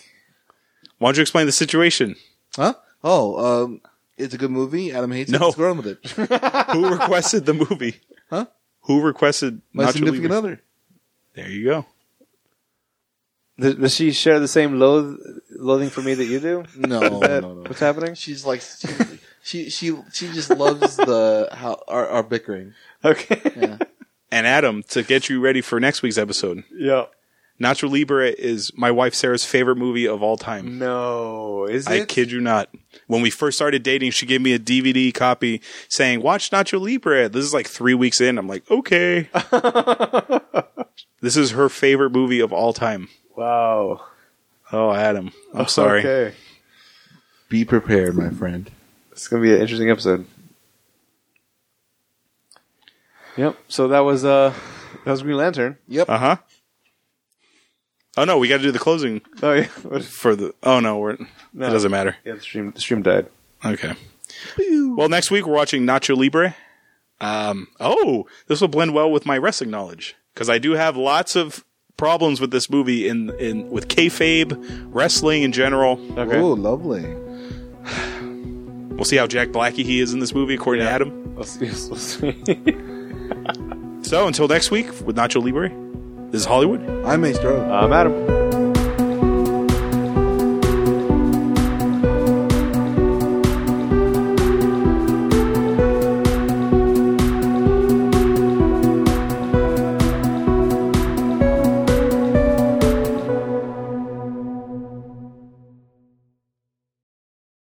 S1: Why don't you explain the situation?
S2: Huh? Oh, um, it's a good movie. Adam hates it.
S1: No.
S2: What's wrong with it?
S1: Who requested the movie?
S2: Huh?
S1: Who requested
S2: My
S1: Nacho
S2: significant
S1: Libre?
S2: other.
S1: There you go.
S3: Does, does she share the same loath, loathing for me that you do?
S2: No,
S3: Is that
S2: no, no.
S3: What's happening?
S2: She's like she she she, she just loves the how our, our bickering.
S3: Okay.
S2: Yeah.
S1: And Adam, to get you ready for next week's episode,
S3: yeah.
S1: Nacho Libre is my wife Sarah's favorite movie of all time.
S3: No. Is
S1: I
S3: it?
S1: kid you not. When we first started dating, she gave me a DVD copy saying, Watch Nacho Libre. This is like three weeks in. I'm like, Okay. this is her favorite movie of all time.
S3: Wow.
S1: Oh, Adam. I'm sorry.
S3: Okay.
S2: Be prepared, my friend.
S3: It's gonna be an interesting episode. Yep. So that was uh that was Green Lantern.
S2: Yep.
S1: Uh huh. Oh no, we got to do the closing
S3: Oh yeah. What is-
S1: for the. Oh no, we're.
S3: No.
S1: It doesn't matter.
S3: yeah. The stream the stream died.
S1: Okay. Well, next week we're watching Nacho Libre. Um. Oh, this will blend well with my wrestling knowledge because I do have lots of problems with this movie in in with kayfabe, wrestling in general.
S3: Okay.
S2: Oh, lovely.
S1: We'll see how Jack Blackie he is in this movie according to Adam.
S3: We'll see. We'll see.
S1: So until next week with Nacho Libre, this is Hollywood.
S2: I'm Maestro.
S3: I'm Um, Adam.